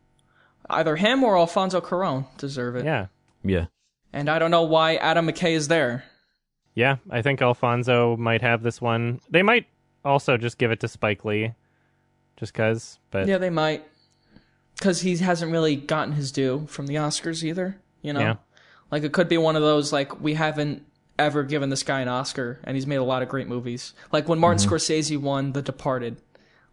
either him or Alfonso Cuarón deserve it.
Yeah.
Yeah.
And I don't know why Adam McKay is there.
Yeah, I think Alfonso might have this one. They might also just give it to Spike Lee, just cause. But yeah,
Yeah, they might. Because he hasn't really gotten his due from the Oscars either, you know?
Yeah.
Like, it could be one of those, like, we haven't ever given this guy an Oscar, and he's made a lot of great movies. Like when
Mm-hmm.
Martin Scorsese won The Departed,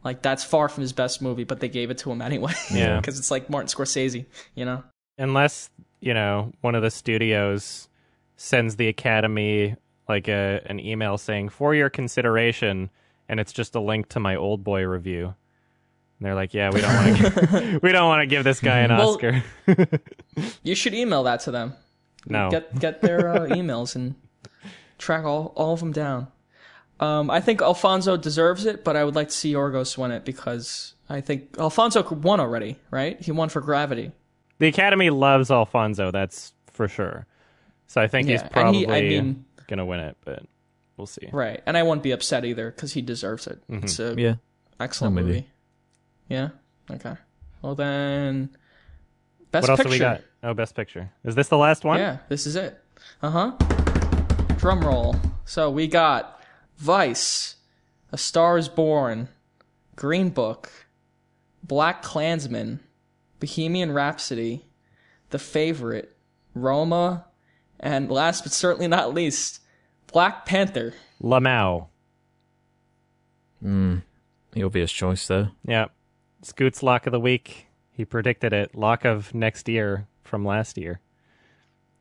like that's far from his best movie, but they gave it to him anyway.
Yeah.
because it's like Martin Scorsese, you know.
unless you know one of the studios sends the academy like a an email saying for your consideration and it's just a link to my old boy review and they're like yeah we don't want to we don't want to give this guy an
Well-
oscar
You should email that to them.
no
Get get their uh, emails and track all all of them down. Um, I think Alfonso deserves it, but I would like to see Yorgos win it because I think Alfonso won already, right? He won for Gravity.
the academy loves alfonso that's for sure so i think
Yeah,
he's
and
probably
he- I mean-
gonna win it but we'll see
Right, and I won't be upset either because he deserves it.
Mm-hmm.
It's a
Yeah.
excellent
I'm with
movie. Yeah. Okay. Well then, best
what else
picture.
have we got oh best picture is this the last one
Yeah, this is it. Uh huh. Drum roll. So we got Vice, A Star Is Born, Green Book, Black Klansman, Bohemian Rhapsody, The Favorite, Roma, and last but certainly not least, Black Panther.
lamau
The obvious choice there.
Yeah. Scoot's lock of the week. He predicted it. Lock of next year from last year.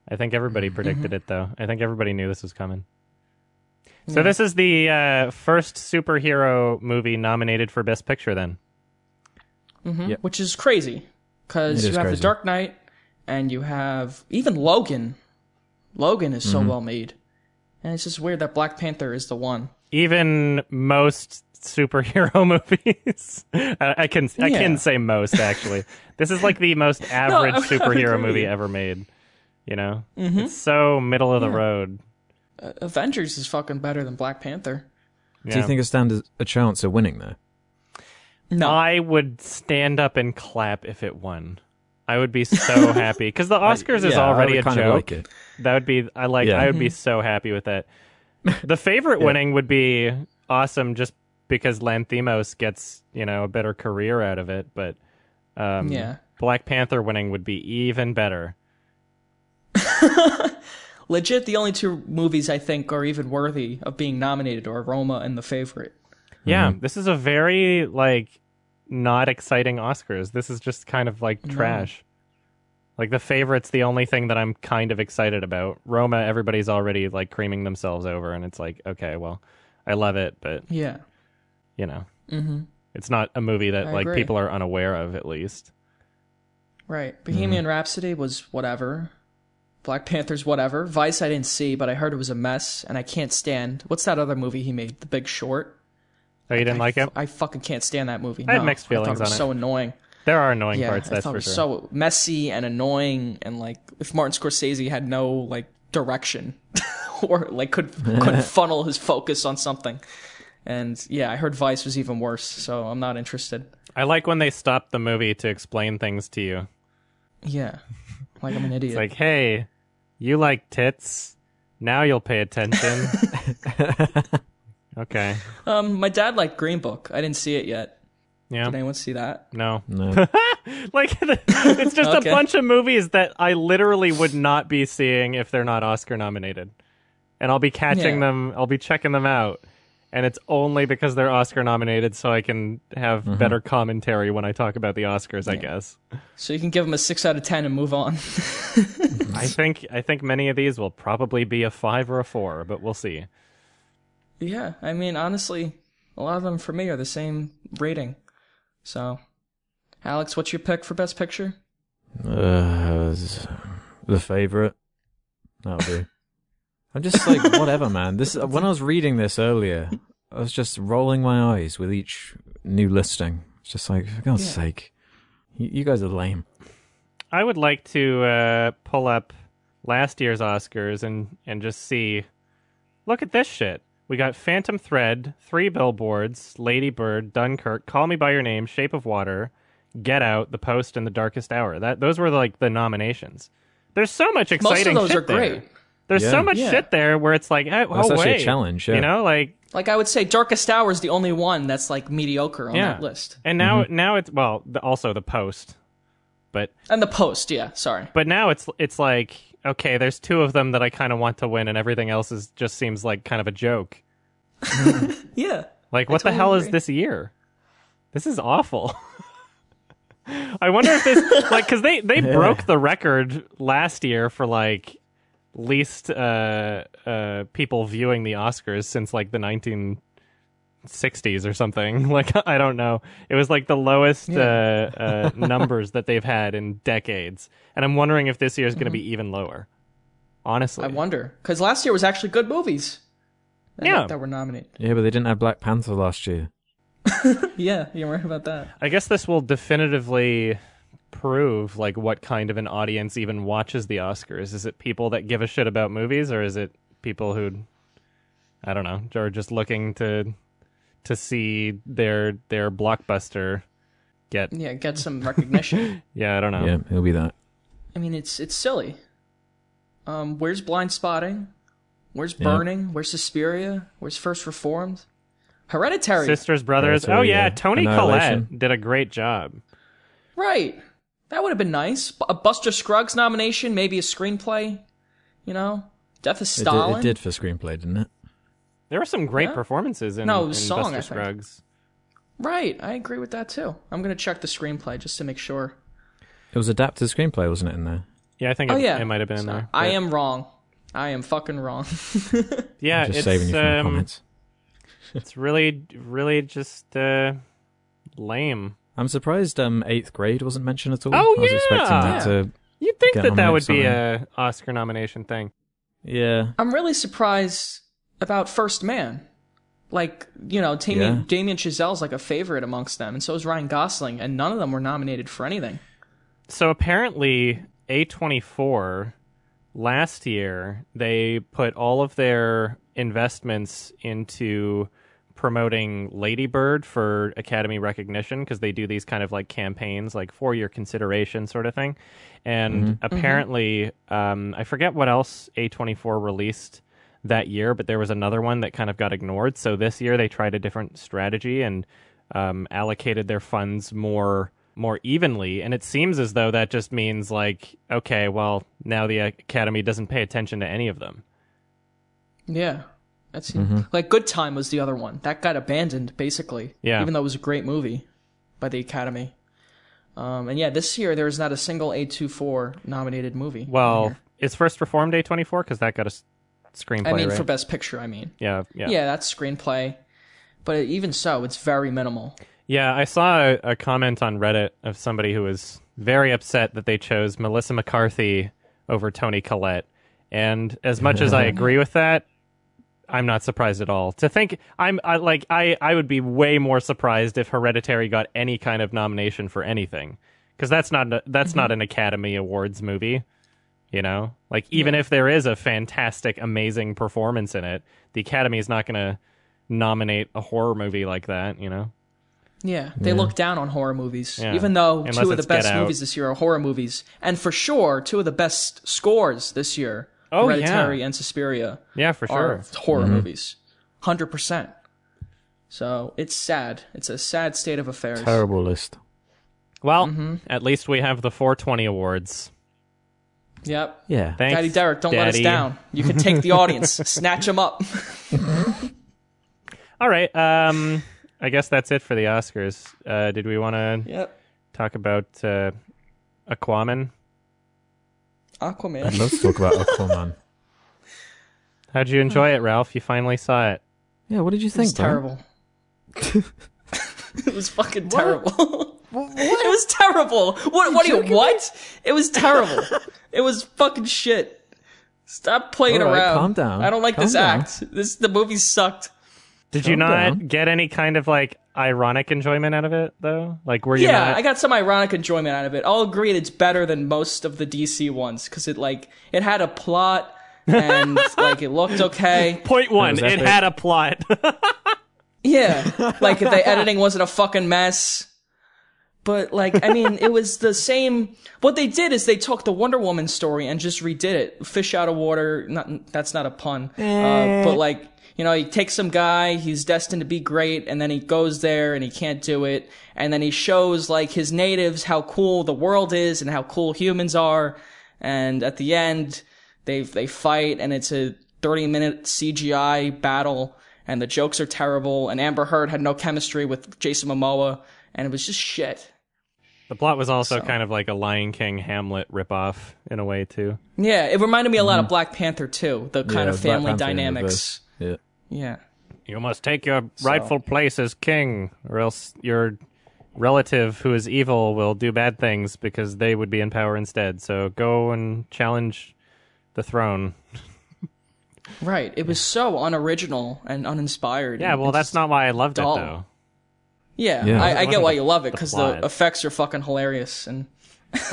I think everybody predicted it though. I think everybody knew this was coming. So this is the uh, first superhero movie nominated for Best Picture. Then
Yep.
Mm-hmm. which is crazy because
It
you
is
have
crazy.
the Dark Knight and you have even Logan. Logan is
Mm-hmm.
so well made, and it's just weird that Black Panther is the one.
even most superhero movies, I, I can I
Yeah.
can say most actually. this is like the most average
I would
superhero
agree.
movie ever made. You know,
Mm-hmm.
Mm-hmm.
it's so middle of the road.
Uh, Avengers is fucking better than Black Panther.
Do
Yeah.
you think it stands a chance of winning though?
No,
I would stand up and clap if it won. I would be so happy because the Oscars is
Yeah, I
already
would
a
kinda
joke.
like it.
That would be I like.
Yeah.
I would be so happy with that. The favorite winning would be awesome, just because Lanthimos gets you know a better career out of it. But um,
Yeah.
Black Panther winning would be even better.
legit. The only two movies I think are even worthy of being nominated are Roma and The Favorite.
Yeah, this is a very like not exciting Oscars. This is just kind of like trash. Like the favorite's the only thing that I'm kind of excited about. Roma, everybody's already like creaming themselves over, and it's like, okay, well, I love it, but
Yeah,
you know, mm-hmm. it's not a movie that
I
like
agree.
people are unaware of at least.
right.
Mm-hmm.
Bohemian Rhapsody was whatever. Black Panther's whatever. Vice I didn't see, but I heard it was a mess, and I can't stand. What's that other movie he made? The Big Short.
Oh, you didn't like
I
it?
f- I fucking can't stand that movie.
I had
No,
mixed
I
feelings
thought it was
on it.
so annoying.
There are annoying
Yeah,
parts,
I
that's
thought it
for
was
sure.
so messy and annoying, and like if Martin Scorsese had no like direction or like could could funnel his focus on something. And yeah, I heard Vice was even worse, so I'm not interested.
I like when they stop the movie to explain things to you.
Yeah, like I'm an idiot.
It's like, hey, you like tits? Now you'll pay attention. okay.
um, my dad liked Green Book. I didn't see it yet.
Yeah.
Did anyone see that?
No.
No.
Like it's just
Mm. Okay.
a bunch of movies that I literally would not be seeing if they're not Oscar nominated. And I'll be catching
Yeah.
them, I'll be checking them out. And it's only because they're Oscar nominated so I can have
Mm-hmm.
better commentary when I talk about the Oscars, I guess.
So you can give him a six out of ten and move on.
I think I think many of these will probably be a 5 or a 4, but we'll see.
yeah, I mean honestly, a lot of them for me are the same rating. So, Alex, what's your pick for Best Picture?
Uh, s- the favorite. That'll do. I'm just like whatever, man. This uh, when I was reading this earlier, I was just rolling my eyes with each new listing. It's just like for God's sake, you, you guys are lame.
I would like to uh, pull up last year's Oscars and and just see. Look at this shit. We got Phantom Thread, Three Billboards, Lady Bird, Dunkirk, Call Me by Your Name, Shape of Water, Get Out, The Post, and The Darkest Hour. That those were like the nominations. There's so much
Most
exciting.
of those
shit
are great.
there. There's so
Yeah.
much
Yeah.
shit there where it's like, oh,
That's
oh,
actually a
wait.
challenge, yeah.
You know, like
Like I would say, Darkest Hour is the only one that's like mediocre on
yeah.
that list,
And now,
Mm-hmm.
now it's well, the, also The Post, but
and the Post. Yeah, sorry.
but now it's it's like okay, there's two of them that I kind of want to win, and everything else is just seems like kind of a joke.
Yeah.
Like, what the
totally
hell is
agree.
this year? This is awful. I wonder if this, like, because they, they
Yeah.
broke the record last year for, like, least uh, uh, people viewing the Oscars since, like, the 1960s or something. Like, I don't know. It was, like, the lowest uh, uh, numbers that they've had in decades. And I'm wondering if this year is going to be even lower. Honestly.
I wonder. Because last year was actually good movies that,
Yeah.
that were nominated.
Yeah, but they didn't have Black Panther last year.
Yeah, you're right about that.
I guess this will definitively prove like what kind of an audience even watches the Oscars. Is it people that give a shit about movies or is it people who I don't know, are just looking to to see their their blockbuster get
Yeah, get some recognition.
Yeah, I don't know.
Yeah, it'll be that.
I mean, it's it's silly. Um, where's Blind Spotting? Where's
Yeah.
Burning? Where's Suspiria? Where's First Reformed? Hereditary.
Sisters, brothers.
Yeah, so,
oh yeah,
yeah,
Tony
Annihilation.
Collette did a great job.
Right. That would have been nice. B- A Buster Scruggs nomination, maybe a screenplay. You know, Death of
It did,
Stalin.
it did for screenplay, didn't it?
There were some great
Yeah.
performances in,
No, it
in
was song,
Buster
I think.
Scruggs.
Right. I agree with that too. I'm gonna check the screenplay just to make sure.
It was adapted screenplay, wasn't it? In there,
Yeah, I think
Oh
it,
yeah,
it might have been in
So,
there.
I
but-
am wrong. I am fucking wrong.
Yeah,
I'm just
it's
saving you from the
um,
comments.
it's really really just uh lame
I'm surprised um, eighth grade wasn't mentioned at all.
Oh,
I was expecting
yeah!
that to.
you'd think
Get
that that
nominated
would be
somewhere.
a oscar nomination thing
Yeah,
I'm really surprised about First Man. Like, you know, Damien,
Yeah.
Damien Chazelle's like a favorite amongst them, and so is Ryan Gosling, and none of them were nominated for anything.
so apparently a24 last year they put all of their investments into promoting ladybird for academy recognition because they do these kind of like campaigns like for your consideration sort of thing and apparently um, i forget what else a24 released that year, but there was another one that kind of got ignored. So this year they tried a different strategy and um, allocated their funds more more evenly. And it seems as though that just means like, okay, well now the academy doesn't pay attention to any of them.
Yeah. That's like Good Time was the other one. That got abandoned basically.
Yeah.
Even though it was a great movie by the Academy. Um, and yeah, this year there was not a single A24 nominated movie.
Well, is first reformed day twenty four because that got a s- screenplay,
I mean
right?
for Best Picture, I mean.
yeah, yeah,
yeah, that's screenplay. But even so, it's very minimal.
Yeah, I saw a, a comment on Reddit of somebody who was very upset that they chose Melissa McCarthy over Tony Collette. And as much as I agree with that, I'm not surprised at all. To think I'm I, like I I would be way more surprised if Hereditary got any kind of nomination for anything because that's not a- that's not an Academy Awards movie. You know, like even if there is a fantastic, amazing performance in it, the Academy is not going to nominate a horror movie like that. You know.
Yeah, they look down on horror movies,
Yeah.
even though
Unless
two of the
it's Get
best
Out.
movies this year are horror movies, and for sure, two of the best scores this year,
Oh, yeah.
Hereditary and Suspiria,
Yeah, for sure. Mm-hmm.
are horror movies, hundred percent. So it's sad. It's a sad state of affairs.
terrible list.
Well, at least we have the 420 awards.
Yep.
Yeah,
Thanks,
Daddy Derek, don't let us
Daddy.
down. You can take the audience, snatch them up.
All right. Um, I guess that's it for the Oscars. Uh, did we want to
yep.
talk about uh, Aquaman?
I'd
Aquaman.
love to talk about Aquaman.
How'd you enjoy it, Ralph? You finally saw it.
Yeah, what did you
It was
think? Brian?
terrible. it was fucking terrible. It was terrible. What? What? do you, what? It was terrible. it was fucking shit. Stop playing
All right,
around.
calm down.
I don't like
Calm
this
down.
act. This the movie sucked.
Did you
Calm
not
down.
get any kind of like ironic enjoyment out of it, though? Like, were you
yeah,
not?
I got some ironic enjoyment out of it. I'll agree it's better than most of the DC ones because it like it had a plot and like it looked okay.
Point one,
was
it
epic.
had a plot.
Yeah. Like the editing wasn't a fucking mess. But like, I mean, it was the same. What they did is they took the Wonder Woman story and just redid it. Fish out of water. Not, that's not a pun. Uh, but like, you know, he takes some guy, he's destined to be great, and then he goes there and he can't do it. And then he shows like his natives how cool the world is and how cool humans are. And at the end, They they fight and it's a 30 minute CGI battle and the jokes are terrible and Amber Heard had no chemistry with Jason Momoa and it was just shit.
The plot was also
So-
kind of like a Lion King Hamlet ripoff in a way too.
Yeah, it reminded me a lot of Black Panther too, the
Mm-hmm. Yeah,
kind of
Black
family
Panther in
dynamics.
reverse. Yeah.
Yeah.
You must take your rightful place as king, or else your relative who is evil will do bad things because they would be in power instead. So go and challenge the throne.
Right. It was so unoriginal and uninspired.
Yeah,
and
well,
it's
that's
just-
not why I loved
dull.
it though.
Yeah,
Yeah.
I, I get why you love
The
it because the,
plot.
effects are fucking hilarious and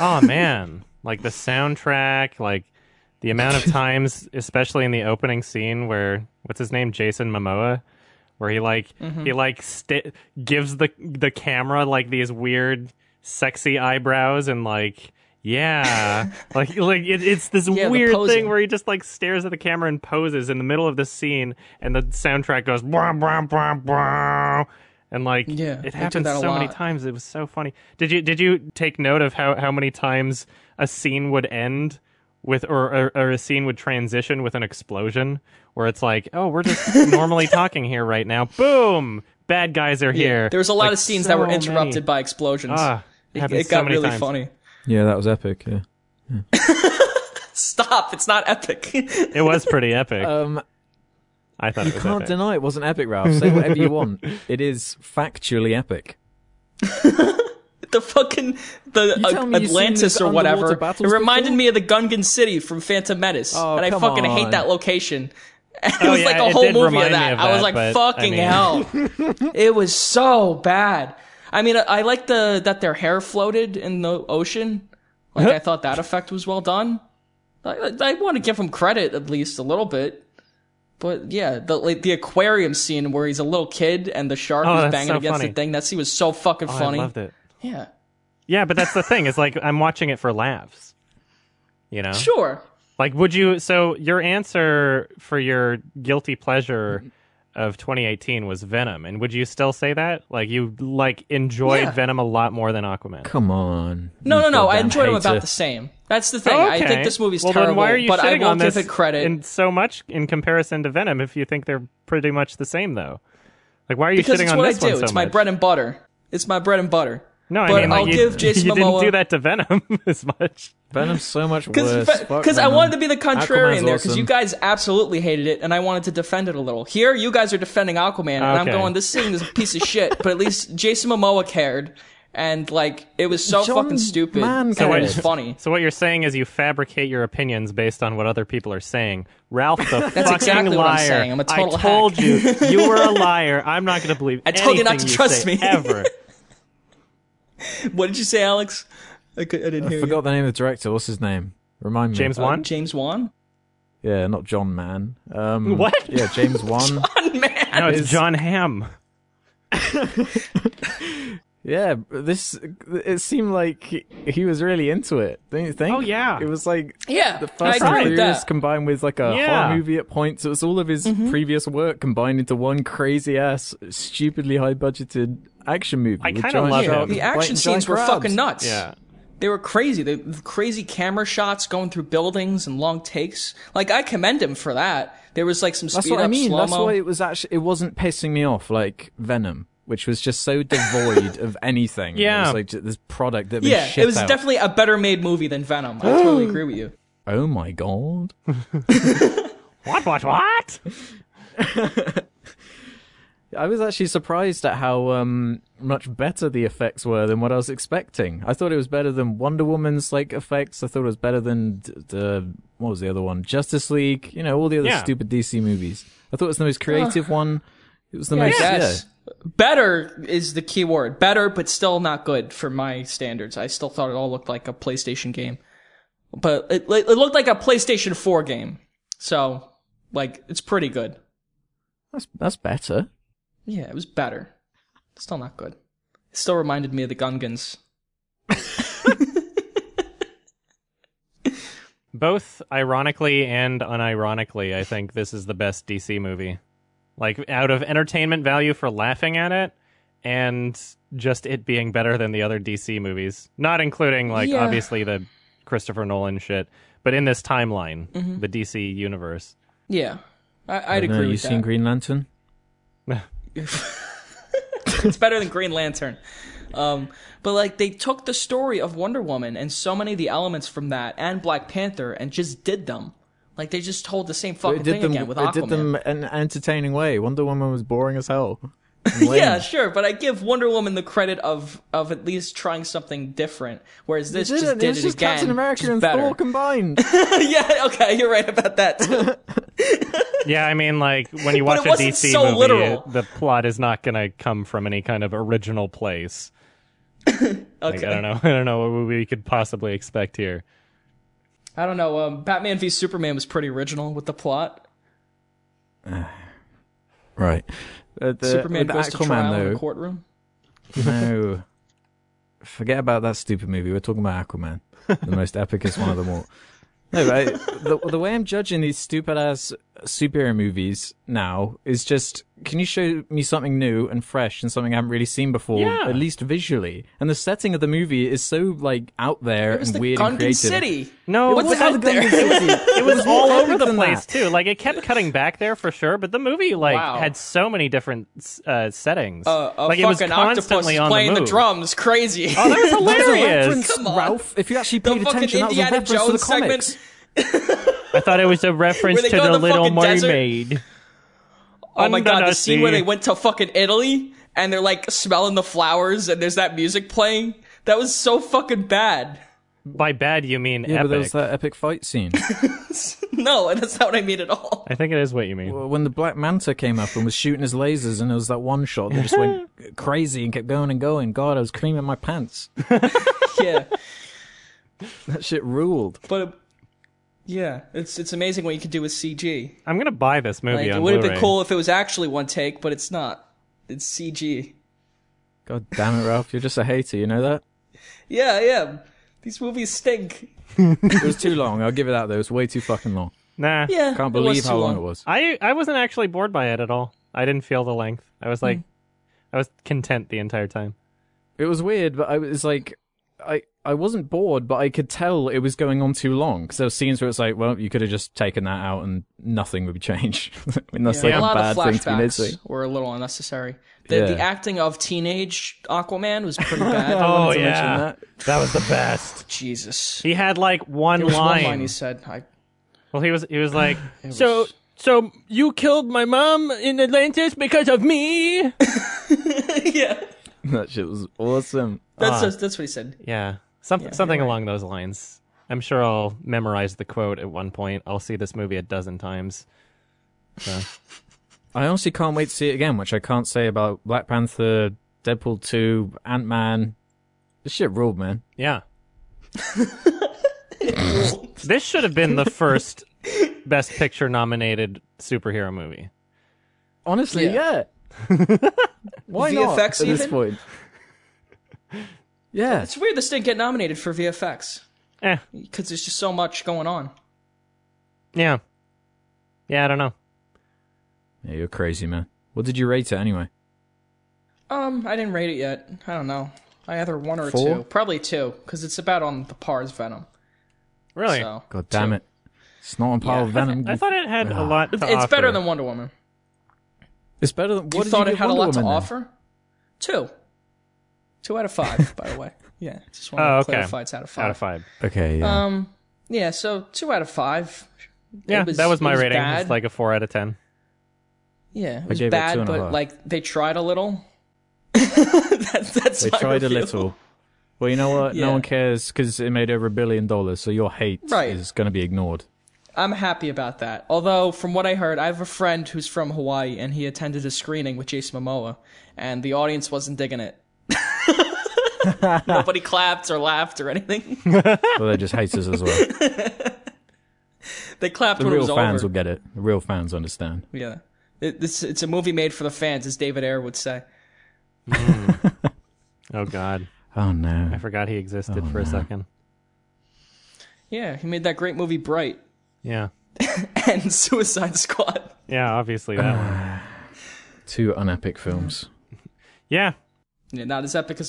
Oh man, like the soundtrack, like the amount of times, especially in the opening scene where what's his name, Jason Momoa, where he like
Mm-hmm.
he like sti gives the the camera like these weird sexy eyebrows and like yeah like like it, it's this
Yeah, the
weird
posing.
thing where he just like stares at the camera and poses in the middle of the scene and the soundtrack goes "Bwah, bwah, bwah, bwah," and like
Yeah, they do
it happened
that a
so many
lot.
times times. It was so funny. Did you did you take note of how how many times a scene would end with or or, or a scene would transition with an explosion where it's like, "Oh, we're just normally talking here right now. Boom! Bad guys are here."
there was a lot
Like,
of scenes that were
so
interrupted
many.
by explosions.
Ah,
it
happened
it
so
got
many
really
times.
funny.
Yeah, that was epic. Yeah.
Stop! It's not epic.
It was pretty epic.
Um,
I thought
you
it was
can't
epic.
deny it wasn't epic, Ralph. Say whatever you want. It is factually epic.
the fucking the
You tell
uh,
me you've seen
Atlantis
these
or
underwater
whatever. It
battles
reminded
before?
me of the Gungan City from Phantom Menace,
Oh,
and I
come
fucking
on.
hate that location. it was
Oh, yeah,
like a
it
whole
did
movie
remind
of
me
that.
of
I was
that,
like,
but,
fucking
I
hell, it was so bad. I mean, I, I like the that their hair floated in the ocean. Like I thought that effect was well done. I, I, I want to give him credit at least a little bit. But yeah, the like the aquarium scene where he's a little kid and the shark
Oh,
is
that's
banging
so
against
funny.
the thing. That scene was so fucking
Oh,
funny.
I loved it.
Yeah.
Yeah, but that's the thing. It's like I'm watching it for laughs. You know?
Sure.
Like, would you? So, your answer for your guilty pleasure of 2018 was Venom, and would you still say that? Like, you like enjoyed
Yeah.
Venom a lot more than Aquaman.
Come on.
No,
you
no, no. I
goddamn
enjoyed them about
hater.
the same. That's the thing. I think this movie's
well,
terrible,
Then why are you
but I
shitting
will
on
give
this
it credit
in so much in comparison to Venom? If you think they're pretty much the same, though, like why are you
because
shitting
it's
on
what I
this
do.
one so
it's my
much?
bread and butter. It's my bread and butter.
no, I
but
mean, like,
I'll
you,
give Jason
you
Momoa-
didn't do that to Venom as much.
Venom's so much worse. Fuck
Because I
Venom.
wanted to be the contrarian
Aquaman's
there, because
awesome.
you guys absolutely hated it, and I wanted to defend it a little. Here, you guys are defending Aquaman, and I'm
Okay.
going, this scene is a piece of shit, but at least Jason Momoa cared, and, like, it was so
John
fucking stupid.
Mann
and it
cared.
was funny.
So what you're saying is you fabricate your opinions based on what other people are saying. Ralph the
That's
fucking
exactly
liar.
what I'm saying. I'm a total
I told
hack.
you you were a liar. I'm not going to believe. I
told you not to trust me.
ever.
What did you say, Alex? I, cou- I didn't hear
Forgot the name of the director. What's his name? Remind me.
James
you.
Wan.
James Wan?
Yeah, not John Mann. Um,
What?
Yeah, James Wan.
Man!
No, it's John Hamm.
yeah, this. It seemed like he- he was really into it. Don't you think?
Oh, yeah.
It was like
Yeah,
the
I
first
agree with
years
that.
combined with like a
Yeah.
horror movie at points. It was all of his
Mm-hmm.
previous work combined into one crazy ass, stupidly high budgeted action movie.
I
with
kinda
giant
love
sharks
him.
The
and
action
giant
scenes were
crabs.
fucking nuts.
Yeah.
They were crazy. The the crazy camera shots going through buildings and long takes. Like I commend him for that. There was like some
That's
speed
what
up
I mean.
slow
That's why
mo.
it was actually it wasn't pissing me off like Venom, which was just so devoid of anything.
Yeah.
it was like j- this product that
Yeah,
shit
it was
out.
definitely a better made movie than Venom. I totally agree with you.
Oh my god!
What? What? What?
I was actually surprised at how um, much better the effects were than what I was expecting. I thought it was better than Wonder Woman's like effects. I thought it was better than d- the what was the other one? Justice League. You know all the other
Yeah.
stupid DC movies. I thought it was the most creative one. It was the most yeah.
Yes. Better is the key word. Better, but still not good for my standards. I still thought it all looked like a PlayStation game, but it, it looked like a PlayStation 4 game. So, like, it's pretty good.
That's that's better.
Yeah, it was better. Still not good. Still reminded me of the Gungans.
Both ironically and unironically, I think this is the best DC movie. Like out of entertainment value for laughing at it, and just it being better than the other DC movies, not including like
Yeah.
obviously the Christopher Nolan shit, but in this timeline,
Mm-hmm.
the DC universe.
Yeah, I, I'd
I don't know,
agree
you
with
seen
that.
Green Lantern?
it's better than Green Lantern. Um, but like they took the story of Wonder Woman and so many of the elements from that and Black Panther and just did them. Like they just told the same fucking
It did
thing
them.
again with
It
Aquaman.
did them in an entertaining way. Wonder Woman was boring as hell.
yeah, sure, but I give Wonder Woman the credit of of at least trying something different, whereas this
Did
just
it?
did
was
it
just
again.
Captain America
just
and
better.
Thor combined.
yeah, okay, you're right about that. Too.
Yeah, I mean, like when you
But
watch
it
a
wasn't
DC
so
movie,
literal.
it- the plot is not going to come from any kind of original place. Like,
Okay,
I don't know. I don't know what we could possibly expect here.
I don't know. Um, Batman v Superman was pretty original with the plot.
Right. Uh, the,
Superman
with
goes to trial in the
Aquaman
courtroom.
though. no. Forget about that stupid movie. We're talking about Aquaman, the most epicest one of them all. No, but I, the the way I'm judging these stupid ass superhero movies now is just can you show me something new and fresh and something I haven't really seen before,
Yeah.
at least visually. And the setting of the movie is so like out there
It was
and
the
weird
Gungan
and creative.
City.
No,
What's
it was,
out there?
it was all over the
than that.
place too. Like it kept cutting back there for sure, but the movie like
Wow.
had so many different uh, settings.
a, a
like it was
fucking octopus
constantly
is
on
playing the,
move.
drums. Crazy. Oh,
That was
That was a
hilarious.
reference,
Come on.
Ralph. If you actually
the
paid
fucking
attention,
Indiana
that was a reference to the
Jones
comics.
segment.
I thought it was a reference
they
to
go
the,
to the
Little
fucking desert.
Mermaid.
Oh my god, the
Under
scene
sea.
where they went to fucking Italy and they're like smelling the flowers and there's that music playing. That was so fucking bad.
By bad, you mean
Yeah, but there
epic.
was that epic fight scene
No, that's not what I mean at all.
I think it is what you mean.
when the Black Manta came up and was shooting his lasers, and it was that one shot that just went crazy and kept going and going. God, I was creaming my pants.
Yeah,
That shit ruled.
but it- yeah, it's it's amazing what you can do with CG.
I'm gonna buy this movie
Like
on
it would have been
Blu-ray.
cool if it was actually one take, but it's not. It's CG.
God damn it, Ralph! You're just a hater. You know that.
Yeah, yeah. These movies stink.
It was too long. I'll give it that though. It was way too fucking long.
Nah,
Yeah,
Can't
it was
believe
too
how long, it was.
I I wasn't actually bored by it at all. I didn't feel the length. I was like, I was content the entire time.
It was weird, but I was like, I I wasn't bored, but I could tell it was going on too long because there were scenes where it's like, well, you could have just taken that out and nothing would be changed. I mean, that's
Yeah,
like
a lot
bad
of
thing to be
flashbacks
missing.
were a little unnecessary. The,
Yeah.
the acting of teenage Aquaman was pretty bad.
Oh
to mention
yeah,
that.
was the best.
Jesus.
He had like one
There was
line.
one line he said. I,
Well, he was he was like, so so you killed my mom in Atlantis because of me.
yeah,
That shit was awesome.
that's just, that's what he said.
Yeah, something something along those lines. I'm sure I'll memorize the quote at one point. I'll see this movie a dozen times.
I honestly can't wait to see it again, which I can't say about Black Panther, Deadpool 2, Ant Man. This shit ruled, man.
Yeah. this should have been the first best picture nominated superhero movie.
Honestly, yeah. Why not
VFX
at this
even?
point? Yeah.
It's weird this didn't get nominated for VFX
Eh,
because there's just so much going on.
yeah. Yeah, I don't know.
yeah. You're crazy, man. What did you rate it anyway?
Um, I didn't rate it yet. I don't know. I either one or
Four?
two, probably two, because it's about on the par as Venom.
Really?
So
God damn
Two.
it. It's not on par with Venom.
I thought it had a lot to
it's better
offer.
than Wonder Woman.
it's better than. What
you
did
thought
you
it
give
had a
Wonder
lot to
Woman, then?
offer? Two. Two out of five, by the way. Yeah, just want
Oh,
to
okay.
clarify it's out of five.
out of 5.
Okay, yeah.
Um, yeah, so two out of five.
Yeah,
It was-
that was my
it was
rating.
bad.
It's like a 4 out of 10.
Yeah, it was
gave it
bad,
two and a
but
half.
like they tried a little. that's that's
they
my
tried a
review.
little. Well, you know what?
Yeah.
No one cares because it made over a billion dollars, so your hate
Right.
is going to be ignored.
I'm happy about that. Although, from what I heard, I have a friend who's from Hawaii and he attended a screening with Jason Momoa, and the audience wasn't digging it. Nobody clapped or laughed or anything.
Well, they just hate us as well.
They clapped
The
when it
real
was
fans
over.
will get it. The real fans understand.
Yeah, it, this it's a movie made for the fans, as David Ayer would say.
Oh god.
Oh no.
I forgot he existed for a second.
Yeah, he made that great movie Bright
Yeah.
and Suicide Squad.
Yeah, obviously that one.
Two unepic films.
Yeah,
Yeah, not as epic as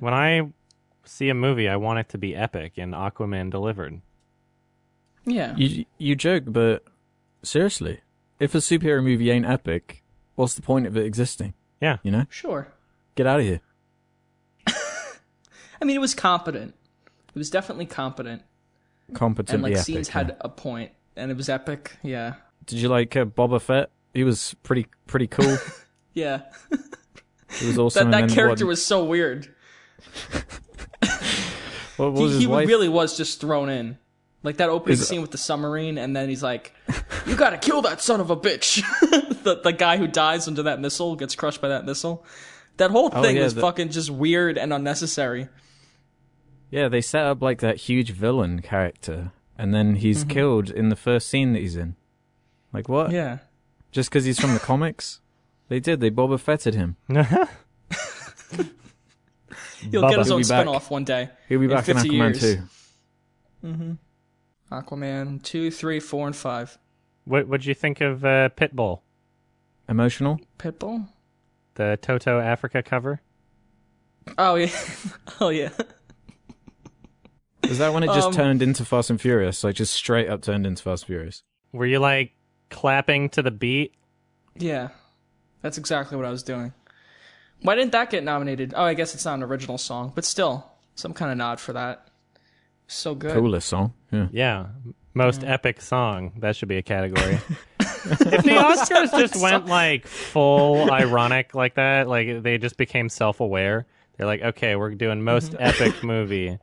when I see a movie, I want it to be epic, and Aquaman delivered.
Yeah.
You you joke, but seriously, if a superhero movie ain't epic, what's the point of it existing?
Yeah.
You know,
Sure.
get out of here.
I mean, it was competent. It was definitely competent,
Competent
and like
epic.
scenes
yeah.
had a point, and it was epic. Yeah.
Did you like uh, Boba Fett? He was pretty pretty cool.
Yeah.
He was awesome.
That,
and
that
then
character
what,
was so weird.
What was
He,
his
he
wife?
really was just thrown in. Like that opening
Is-
scene with the submarine, and then he's like, "You gotta kill that son of a bitch." the the guy who dies under that missile gets crushed by that missile. That whole
Oh,
thing
yeah,
was
the-
fucking just weird and unnecessary.
Yeah, they set up like that huge villain character, and then he's killed in the first scene that he's in. Like what?
Mm-hmm. Yeah.
Just because he's from the comics? They did. They Boba Fetted him.
He'll
Bubba.
get his
He'll
own
be back.
spin-off one day.
He'll be
In
back in
50
Aquaman
years.
too.
Mm-hmm. Aquaman two, three, four, and five.
what would you think of uh, Pitbull,
Emotional?
Pitbull.
the Toto Africa cover?
Oh yeah. oh yeah.
Is that when it just
Um,
turned into Fast and Furious? Like just straight up turned into Fast and Furious?
Were you like clapping to the beat?
Yeah. That's exactly what I was doing. Why didn't that get nominated? Oh, I guess it's not an original song, but still, some kind of nod for that. So good.
Coolest song. Yeah.
Yeah, most epic song. That should be a category. if the Oscars just went like full ironic like that, like they just became self-aware. They're like, okay, we're doing most epic movie.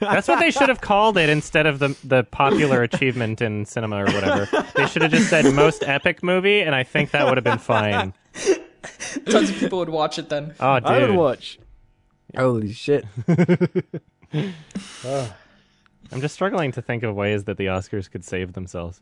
That's what they should have called it instead of the the popular achievement in cinema or whatever. They should have just said most epic movie, and I think that would have been fine.
Tons of people would watch it then.
Oh, dude,
watch. Holy shit.
I'm just struggling to think of ways that the Oscars could save themselves.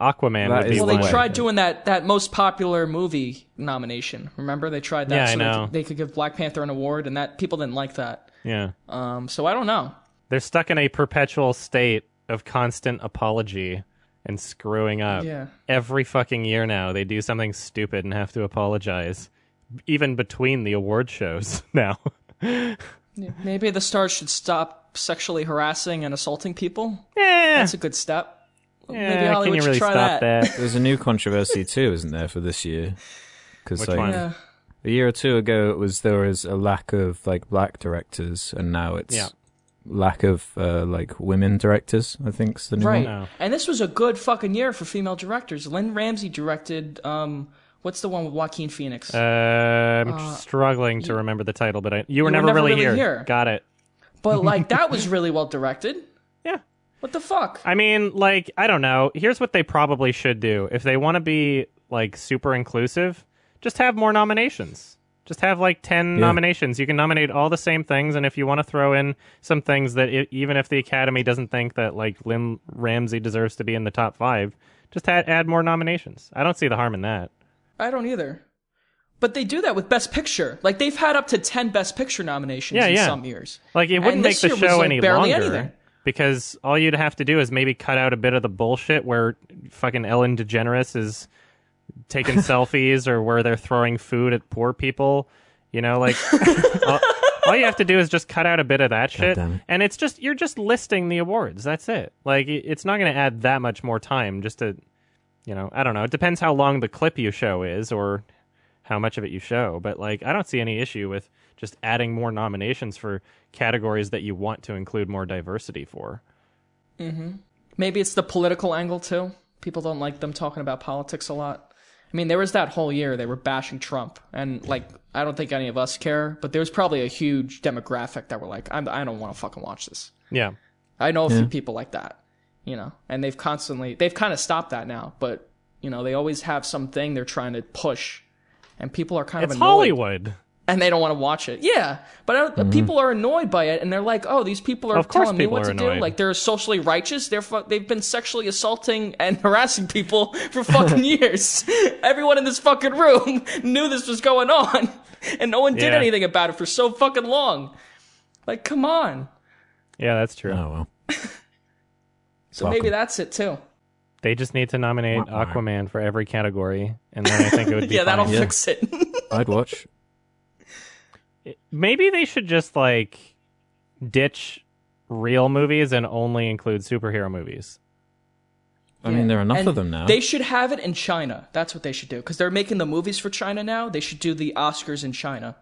Aquaman
That
would be
is
Well,
one.
they
why.
tried doing that that most popular movie nomination. Remember, they tried that
Yeah, I
so they-
know.
They, could give Black Panther an award, and that people didn't like that.
yeah.
Um, so I don't know.
they're stuck in a perpetual state of constant apology and screwing up.
Yeah.
Every fucking year now, they do something stupid and have to apologize, even between the award shows now.
Maybe the stars should stop sexually harassing and assaulting people.
yeah,
That's a good step. Maybe
yeah can
Hollywood
you
should
eh, really
try
stop that?
There's a new controversy too, isn't there, for this year? Because
Which
like
one?
Yeah.
a year or two ago, it was there was a lack of like black directors, and now it's
Yeah.
lack of uh, like women directors. I think's the new
Right.
one.
No.
And this was a good fucking year for female directors. Lynn Ramsey directed um what's the one with Joaquin Phoenix?
Uh, I'm struggling to remember the title, but I, you, were never, really, here. Got it.
but like that was really well directed.
Yeah.
What the fuck?
I mean, like, I don't know. Here's what they probably should do. If they want to be, like, super inclusive, just have more nominations. Just have, like, 10
Yeah.
nominations. You can nominate all the same things. And if you want to throw in some things that, i even if the Academy doesn't think that, like, Lynn Ramsey deserves to be in the top five, just add, add more nominations. I don't see the harm in that.
I don't either. But they do that with Best Picture. Like they've had up to ten Best Picture nominations
Yeah,
in
yeah.
some years.
Like it
And
wouldn't make
this
the
year was,
show
like,
any
barely
longer
anything.
because all you'd have to do is maybe cut out a bit of the bullshit where fucking Ellen DeGeneres is taking selfies or where they're throwing food at poor people. You know, like all, all you have to do is just cut out a bit of that shit,
damn it.
and it's just you're just listing the awards. That's it. Like it- it's not going to add that much more time. Just to, you know, I don't know. It depends how long the clip you show is or how much of it you show. But like, I don't see any issue with just adding more nominations for categories that you want to include more diversity for.
Maybe it's the political angle too. People don't like them talking about politics a lot. I mean, there was that whole year they were bashing Trump, and like, I don't think any of us care, but there was probably a huge demographic that were like, I'm, I don't want to fucking watch this.
Yeah,
I know a few people like that, you know, and they've constantly, they've kind of stopped that now, but you know, they always have something they're trying to push, and people are kind
it's
of annoyed
Hollywood.
and they don't want to watch it. Yeah, but I, don't people are annoyed by it, and they're like, "Oh, these people are
Of course
telling me
people
what
are
to do.
annoyed.
Like they're socially righteous. They're fu- they've been sexually assaulting and harassing people for fucking years. Everyone in this fucking room knew this was going on, and no one did
Yeah.
anything about it for so fucking long. Like, come on.
Yeah, that's true.
Oh well.
So
Welcome.
maybe that's it too.
They just need to nominate
Wah, wah.
Aquaman for every category, and then I think it would be
yeah,
fine.
that'll
Yeah.
fix it.
I'd watch.
Maybe they should just like ditch real movies and only include superhero movies.
I mean, there are enough
And
of them now.
They should have it in China. That's what they should do because they're making the movies for China now. They should do the Oscars in China,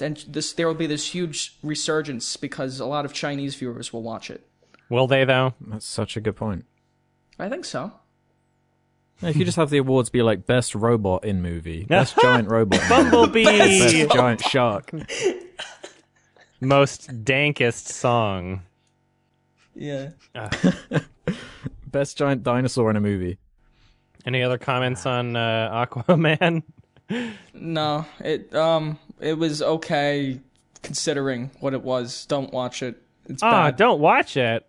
and this there will be this huge resurgence because a lot of Chinese viewers will watch it.
Will they though?
That's such a good point.
I think so.
If you just have the awards be like best robot in movie, best giant robot, in movie,
Bumblebee,
best giant shark.
most dankest song.
Yeah.
Best giant dinosaur in a movie.
Any other comments on uh, Aquaman?
No, it um it was okay considering what it was. Don't watch it. It's
Ah,
bad.
don't watch it.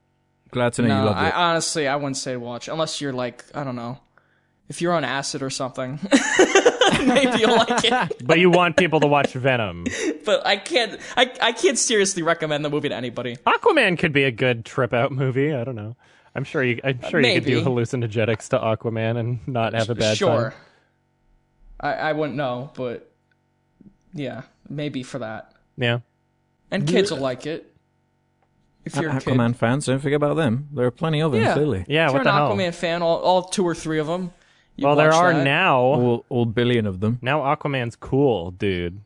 Glad to know you
no,
loved
I
it.
honestly I wouldn't say watch unless you're like I don't know. If you're on acid or something, maybe you'll like it.
But you want people to watch Venom.
But I can't. I, I can't seriously recommend the movie to anybody.
Aquaman could be a good trip out movie. I don't know. I'm sure you. I'm sure you could do
Maybe.
hallucinogenics to Aquaman and not have a bad
sure.
time.
I, I wouldn't know, but yeah, maybe for that.
Yeah.
And kids will like it. If you're a kid.
Aquaman fans, don't forget about them. There are plenty of them,
Yeah.
clearly.
Yeah.
if
what
you're an
the hell?
Aquaman fan, all, all two or three of them. you
well, there
watch
are
that.
now.
All, all billion of them.
Now Aquaman's cool, dude.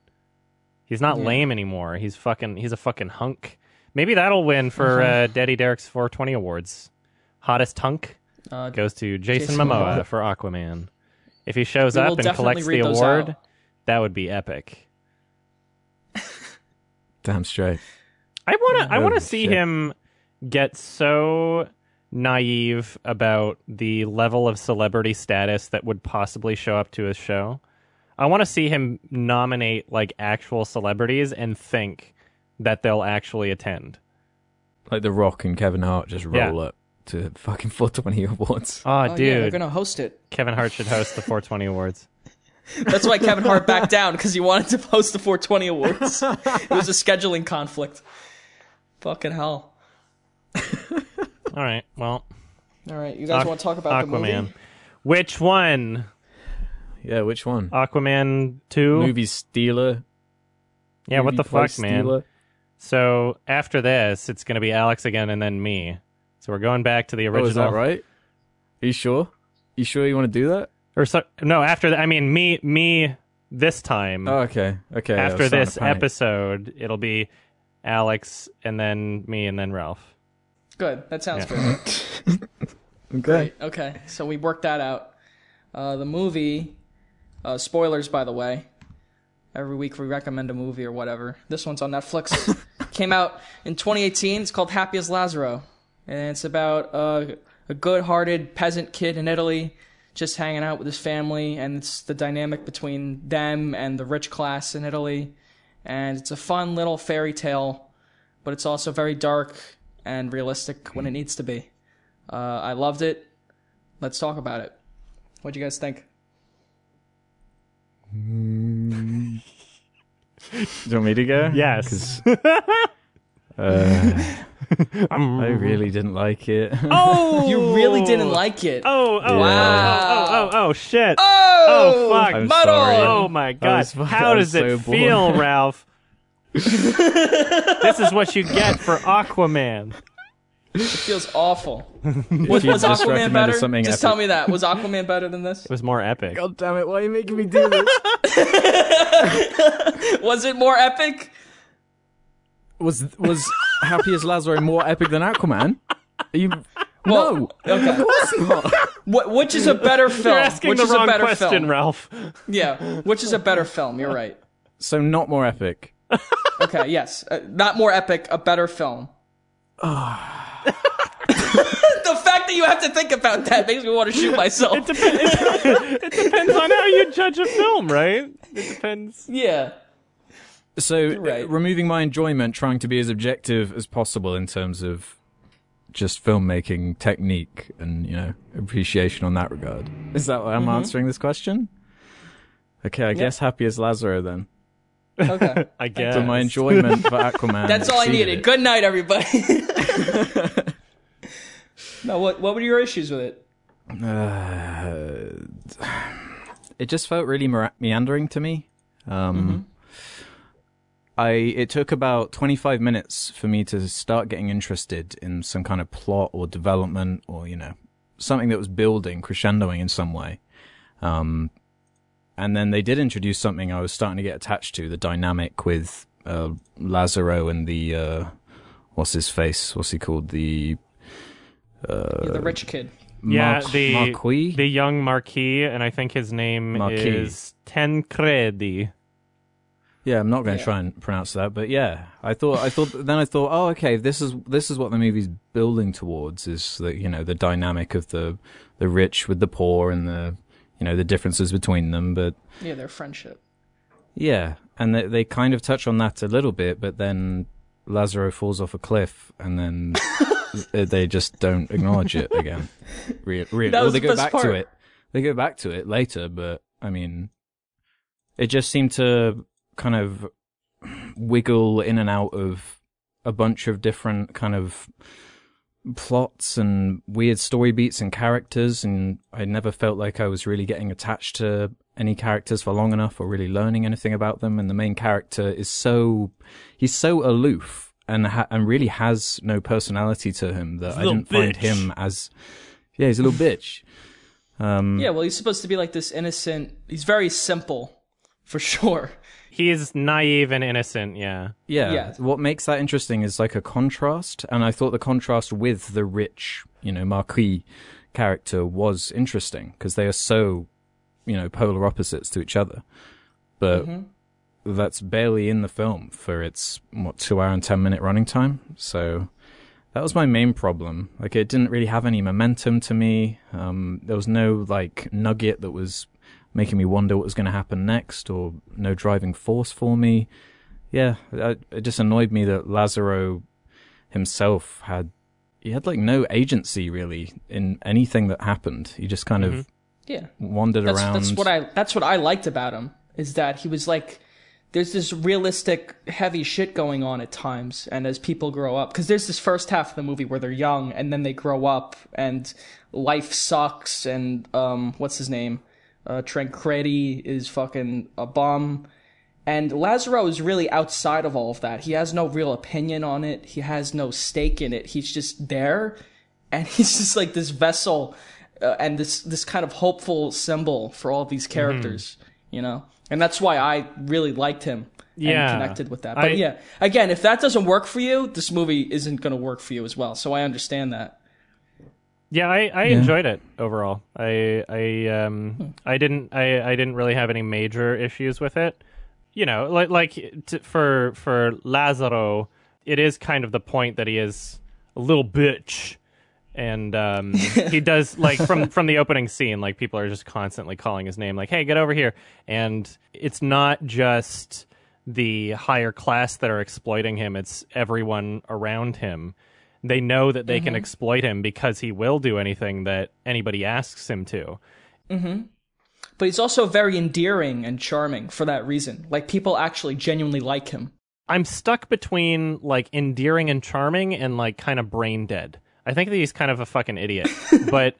He's not lame anymore. He's fucking. He's a fucking hunk. Maybe that'll win for uh, Daddy Derek's 420 awards. Hottest hunk
Uh,
goes to Jason,
Jason
Momoa,
Momoa.
for Aquaman. If he shows
We will
up and
definitely
collects the
read those
award, Oh,
out.
that would be epic.
Damn straight.
I wanna I wanna
Holy
see
Oh, shit.
him get so naive about the level of celebrity status that would possibly show up to his show. I wanna see him nominate like actual celebrities and think that they'll actually attend.
Like The Rock and Kevin Hart just roll
Yeah.
up to fucking 420 awards.
Oh,
oh, yeah, they're
dude.
gonna host it.
Kevin Hart should host the 420 awards.
That's why Kevin Hart backed down because he wanted to host the 420 awards. it was a scheduling conflict. Fucking hell!
All right. Well,
All right, you guys
Aqu-
want to talk about the
Aquaman.
movie?
Which one?
Yeah, which one?
Aquaman 2?
Movie stealer.
yeah, what
movie
the
place
fuck, man?
stealer.
So after this, it's going to be Alex again and then me. So we're going back to the
Oh,
original.
is that right? Are you sure? You sure you want to do that?
Or so, no, after that, I mean me me this time.
Oh, okay. Okay.
Mm.
I was
after
starting to
this
panic.
episode, it'll be Alex and then me and then Ralph.
Good. That sounds
Yeah.
good.
Okay.
Okay, so we worked that out. Uh, the movie, uh, spoilers by the way. Every week we recommend a movie or whatever. This one's on Netflix. Came out in 2018. It's called Happy as Lazaro, and it's about uh, a good-hearted peasant kid in Italy just hanging out with his family, and it's the dynamic between them and the rich class in Italy. And it's a fun little fairy tale, but it's also very dark and realistic when it needs to be. Uh, I loved it. Let's talk about it. What do you guys think?
Do you want me to go?
Yes.
'Cause, uh, I really didn't like it.
Oh,
You really didn't like it.
Oh, oh,
Wow.
oh, oh, oh, oh, shit.
Oh,
oh, fuck.
I'm
muddle.
sorry.
Oh my god.
was fu-
How
I was
does it
so bored.
feel, Ralph? this is what you get for Aquaman.
It feels awful.
was,
Was Aquaman better? Just tell me that. Was Aquaman better than this?
It was more epic.
God damn it! Why are you making me do this?
Was it more epic?
was was Happy as Lazaro more epic than Aquaman? Are you?
Well,
no,
okay.
of course not.
Wh- which is a better film?
You're asking
which
the
is
wrong
a better
question,
film?
Ralph.
Yeah. Which is a better film? You're right.
So not more epic.
Okay. Yes. Uh, not more epic. A better film. the fact that you have to think about that makes me want to shoot myself.
it depends on how you judge a film, right? It depends.
yeah.
So uh,
right.
removing my enjoyment, trying to be as objective as possible in terms of just filmmaking technique and you know appreciation on that regard. Is that
Mm-hmm.
why I'm answering this question? Okay, I guess Happy as Lazaro then.
Okay.
I guess.
So my enjoyment for Aquaman.
That's all I
exceeded
needed.
it.
Good night, everybody. no, what what were your issues with it?
Uh, it just felt really mera- meandering to me.
Mm-hmm.
Um, I it took about 25 minutes for me to start getting interested in some kind of plot or development or you know something that was building, crescendoing in some way. Um, and then they did introduce something I was starting to get attached to the dynamic with uh, Lazaro and the uh, what's his face? What's he called? The
You're the rich kid.
Yeah,
Marqu-
the
Marquis.
the young Marquis, and I think his name
Marquis.
is Tancredi.
Yeah, I'm not going to
Yeah.
try and pronounce that, but yeah, I thought, I thought, then I thought, oh, okay, this is this is what the movie's building towards is the you know the dynamic of the the rich with the poor and the you know the differences between them, but
Yeah, their friendship.
yeah, and they they kind of touch on that a little bit, but then Lazaro falls off a cliff, and then they just don't acknowledge it again. Re- re-
That
well,
was
they
the
go
best
back to
part.
it. They go back to it later, but I mean, it just seemed to kind of wiggle in and out of a bunch of different kind of plots and weird story beats and characters and I never felt like I was really getting attached to any characters for long enough or really learning anything about them and the main character is so he's so aloof and ha- and really has no personality to him that I
little
didn't find
bitch.
him as yeah he's a little bitch um
Yeah, well, he's supposed to be like this innocent. He's very simple, for sure.
He's naive and innocent. Yeah,
Yeah.
Yeah.
What makes that interesting is like a contrast, and I thought the contrast with the rich, you know, Marquis character was interesting because they are so, you know, polar opposites to each other. But that's barely in the film for its what two hour and ten minute running time. So that was my main problem. Like it didn't really have any momentum to me. Um, there was no like nugget that was making me wonder what was going to happen next, or no driving force for me. Yeah, I, it just annoyed me that Lazaro himself had he had like no agency really in anything that happened. He just kind of
Yeah,
wandered
Mm-hmm. that's
around.
that's what I that's what I liked about him is that he was like there's this realistic heavy shit going on at times and as people grow up because there's this first half of the movie where they're young and then they grow up and life sucks and um what's his name uh Trancredi is fucking a bum and Lazaro is really outside of all of that he has no real opinion on it he has no stake in it he's just there and he's just like this vessel uh, and this this kind of hopeful symbol for all of
Mm-hmm.
these characters, you know. And that's why I really liked him
Yeah.
and connected with that. But
I-
yeah, again, if that doesn't work for you, this movie isn't going to work for you as well. So I understand that.
yeah. I, I enjoyed it overall. I I um I didn't I, I didn't really have any major issues with it. You know, like like t- for for Lazaro, it is kind of the point that he is a little bitch. and um, he does like from from the opening scene like people are just constantly calling his name like hey get over here and it's not just the higher class that are exploiting him it's everyone around him they know that they
Mm-hmm.
can exploit him because he will do anything that anybody asks him to
But he's also very endearing and charming for that reason. Like people actually genuinely like him.
i'm stuck between like endearing and charming and like kind of brain dead i think that he's kind of a fucking idiot but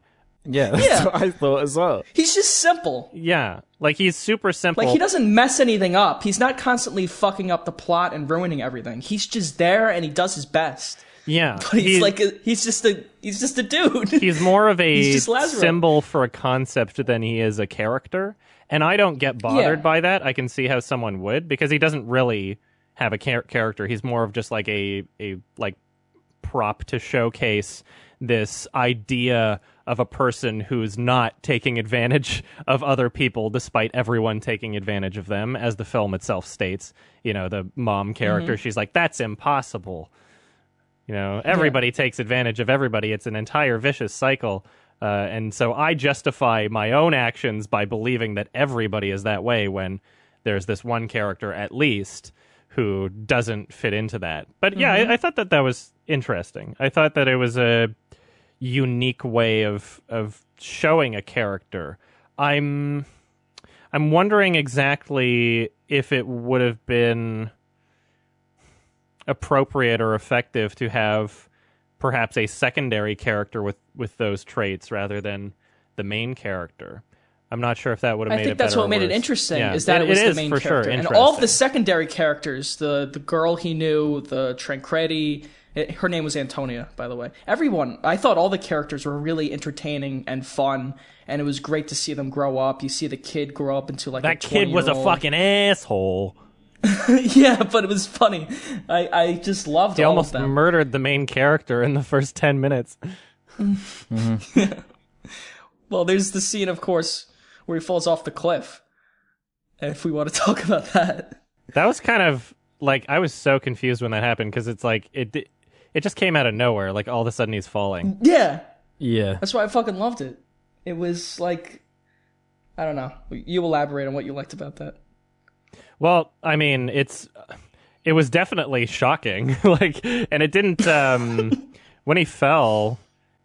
yeah, that's
Yeah.
what I thought as well.
He's just simple.
yeah like he's super simple
Like he doesn't mess anything up. He's not constantly fucking up the plot and ruining everything. He's just there and he does his best.
yeah
He's,
He-
like a, he's just a he's just a dude.
he's more of a
He's just Lazarus.
symbol for a concept than he is a character. And I don't get bothered
Yeah.
by that. I can see how someone would because he doesn't really have a char- character. He's more of just like a a like prop to showcase this idea of a person who's not taking advantage of other people despite everyone taking advantage of them as the film itself states you know the mom
Mm-hmm.
character she's like that's impossible you know everybody takes advantage of everybody it's an entire vicious cycle uh, and so i justify my own actions by believing that everybody is that way when there's this one character at least who doesn't fit into that but yeah I, I thought that that was interesting i thought that it was a unique way of of showing a character i'm i'm wondering exactly if it would have been appropriate or effective to have perhaps a secondary character with with those traits rather than the main character. I'm not sure if that would have
I
made
think
it
that's
better
what
or
made it
worse.
interesting
Yeah,
is that it, was the
is
main
for
character.
sure
and all of the
interesting.
secondary characters, the the girl he knew, the Trancredi, It, her name was Antonia, by the way. Everyone, I thought all the characters were really entertaining and fun, and it was great to see them grow up. You see the kid grow up into like a
That kid was a
20-year-old.
fucking asshole.
yeah, but it was funny. I, I just loved
He
all
almost
of them.
murdered the main character in the first 10 minutes.
Well, there's the scene, of course, where he falls off the cliff. If we want to talk about that,
That was kind of like I was so confused when that happened because it's like it di- it just came out of nowhere. Like all of a sudden he's falling.
yeah,
Yeah.
that's why I fucking loved it. It was like, I don't know. You elaborate on what you liked about that.
Well, I mean, it's it was definitely shocking. like, and it didn't um when he fell.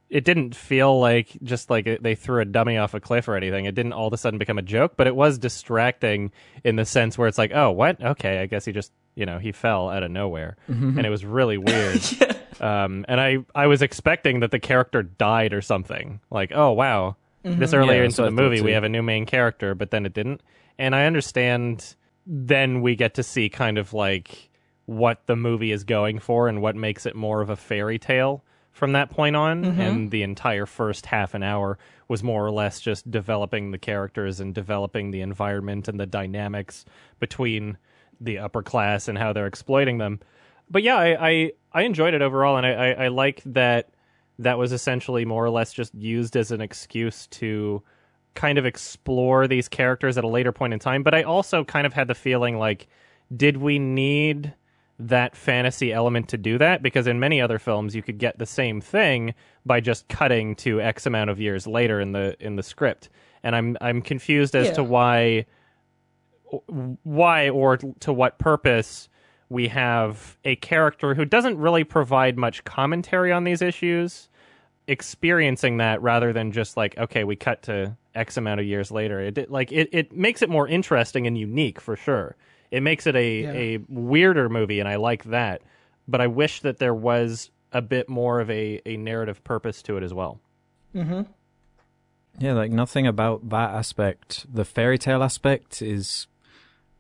It didn't feel like just like they threw a dummy off a cliff or anything. It didn't all of a sudden become a joke, but it was distracting in the sense where it's like, oh, what? Okay, I guess he just you know he fell out of nowhere, and it was really weird. um, and I I was expecting that the character died or something. Like, oh wow, this earlier
Yeah, that's
into
what
the
I thought
movie we
too.
have a new main character, but then it didn't. And I understand. Then we get to see kind of like what the movie is going for and what makes it more of a fairy tale from that point on. And the entire first half an hour was more or less just developing the characters and developing the environment and the dynamics between the upper class and how they're exploiting them but yeah, I, I I enjoyed it overall, and I, I I like that that was essentially more or less just used as an excuse to kind of explore these characters at a later point in time. But I also kind of had the feeling like, did we need that fantasy element to do that? Because in many other films, you could get the same thing by just cutting to X amount of years later in the in the script. And I'm I'm confused as
Yeah.
to why why or to what purpose we have a character who doesn't really provide much commentary on these issues experiencing that rather than just like okay we cut to x amount of years later it did- like it, it makes it more interesting and unique for sure it makes it a,
Yeah.
a weirder movie and i like that but i wish that there was a bit more of a, a narrative purpose to it as well
Yeah, like nothing about that aspect. The fairy tale aspect is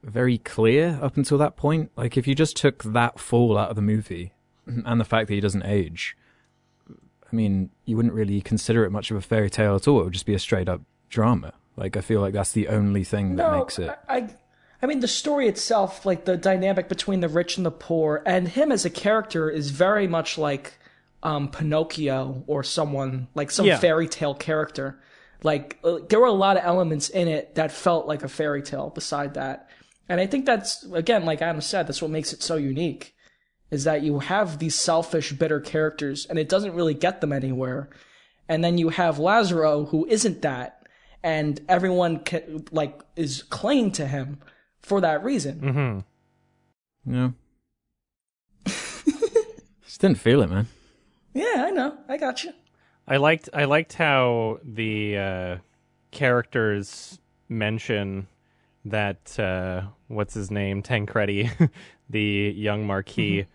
very clear up until that point. Like if you just took that fall out of the movie and the fact that he doesn't age, I mean, you wouldn't really consider it much of a fairy tale at all. It would just be a straight up drama. Like I feel like that's the only thing that makes it.
I, I, I mean, the story itself, like the dynamic between the rich and the poor, and him as a character is very much like um, Pinocchio or someone like some
Yeah.
fairy tale character. Like uh, there were a lot of elements in it that felt like a fairy tale. Beside that, and I think that's again, like Adam said, that's what makes it so unique. Is that you have these selfish, bitter characters, and it doesn't really get them anywhere. And then you have Lazaro, who isn't that, and everyone ca like is clinging to him for that reason.
mm-hmm.
Yeah. just didn't feel it, man.
Yeah, I know. I got you.
I liked I liked how the uh, characters mention that uh, what's his name Tancredi, the young marquis.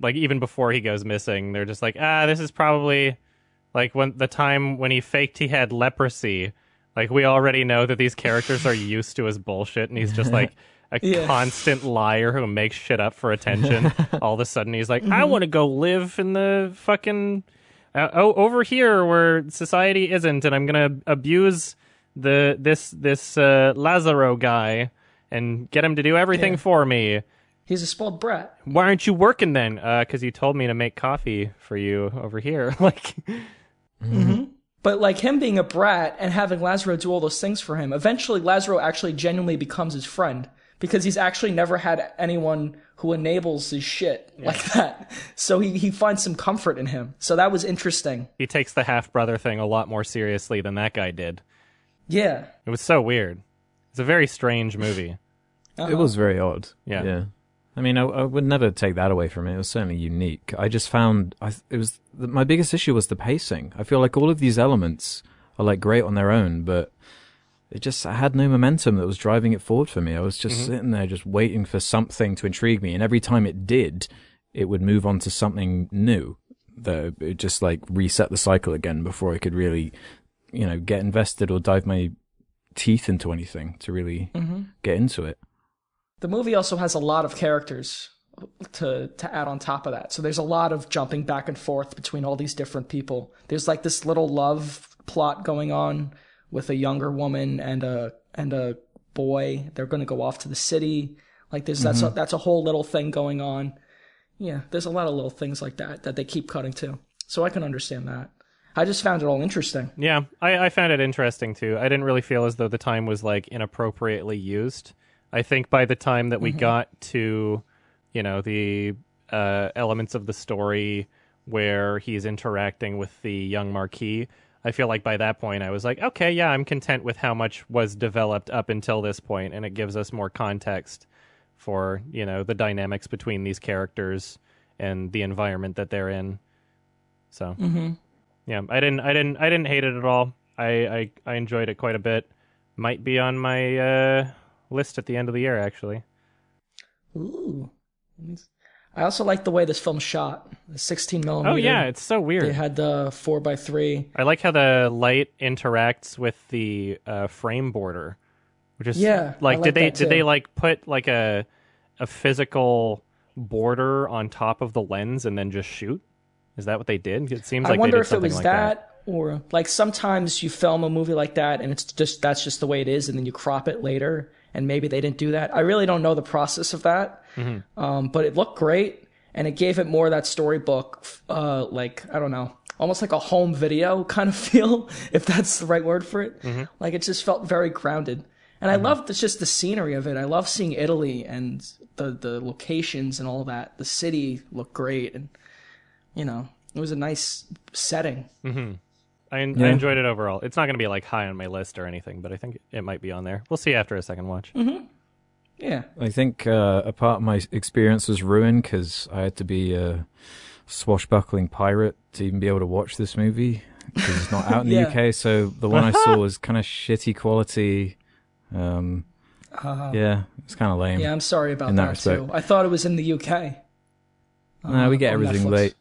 Like even before he goes missing, they're just like, ah, this is probably like when the time when he faked he had leprosy. Like we already know that these characters are used to his bullshit, and he's just like a
Yeah.
constant liar who makes shit up for attention. All of a sudden, he's like, I want to go live in the fucking uh, oh over here where society isn't and i'm gonna abuse the this this uh, lazaro guy and get him to do everything
Yeah.
for me
He's a spoiled brat.
why aren't you working then because you told me to make coffee for you over here like
But like him being a brat and having Lazaro do all those things for him, eventually Lazaro actually genuinely becomes his friend because he's actually never had anyone who enables his shit like that. So he, he finds some comfort in him. So that was interesting.
he takes the half brother thing a lot more seriously than that guy did
Yeah.
it was so weird it's a very strange movie
It
Uh-huh.
was very odd.
Yeah.
Yeah. I mean, I, I would never take that away from it. It was certainly unique. I just found I th- it was the, my biggest issue was the pacing. I feel like all of these elements are like great on their own, but it just I had no momentum that was driving it forward for me. I was just sitting there just waiting for something to intrigue me, and every time it did, it would move on to something new. That it just like reset the cycle again before I could really, you know, get invested or dive my teeth into anything to really get into it.
The movie also has a lot of characters to to add on top of that. So there's a lot of jumping back and forth between all these different people. There's like this little love plot going on with a younger woman and a and a boy. They're going to go off to the city. Like there's that's
Mm-hmm.
a, that's a whole little thing going on. Yeah, there's a lot of little things like that that they keep cutting to. So I can understand that. I just found it all interesting.
Yeah, I, I found it interesting too. I didn't really feel as though the time was like inappropriately used. I think by the time that we got to, you know, the uh, elements of the story where he's interacting with the young marquis, I feel like by that point I was like, okay, yeah, I'm content with how much was developed up until this point, and it gives us more context for you know the dynamics between these characters and the environment that they're in. So
Mm-hmm.
yeah i didn't i didn't i didn't hate it at all i i, I enjoyed it quite a bit might be on my uh list at the end of the year actually
Ooh. I also like the way this film's shot. The 16 millimeter.
oh yeah it's so weird
They had the four by three.
i like how the light interacts with the uh frame border which is
Yeah, I
like,
like
did they
that
did they
too.
like put like a a physical border on top of the lens and then just shoot is that what they did it seems
I
like they
wonder
did
if it
something
was
like that.
that, or like sometimes you film a movie like that and it's just that's just the way it is, and then you crop it later, and maybe they didn't do that. I really don't know the process of that,
Mm-hmm.
um, but it looked great, and it gave it more of that storybook, uh, like I don't know, almost like a home video kind of feel, if that's the right word for it.
Mm-hmm.
Like it just felt very grounded. And I love the, just the scenery of it. I love seeing Italy and the, the locations and all that. The city looked great, and you know, it was a nice setting.
I, I enjoyed it overall. It's not going to be like high on my list or anything, but I think it might be on there. We'll see after a second watch.
Yeah.
I think uh, a part of my experience was ruined because I had to be a swashbuckling pirate to even be able to watch this movie because it's not out in the
Yeah.
UK. So the one I saw was kind of shitty quality. Um, yeah, it's kind of lame.
Uh-huh. Yeah, I'm sorry about
In that
that,
respect.
too. I thought it was in the UK.
no, we get
on
everything
Netflix.
late.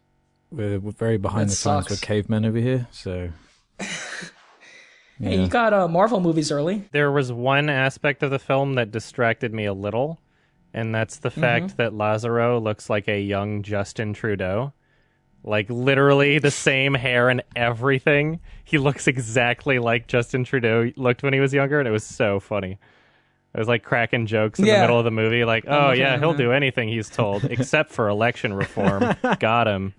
We're, we're very behind
That
the times. We're
sucks.
cavemen over here. So
Hey, you got uh, Marvel movies early.
There was one aspect of the film that distracted me a little, and that's the fact that Lazaro looks like a young Justin Trudeau. Like literally the same hair and everything. He looks exactly like Justin Trudeau looked when he was younger, and it was so funny. It was like cracking jokes in the
Yeah.
middle of the movie, like, oh
looking
yeah,
at
he'll
that.
do anything he's told, except for election reform. Got him.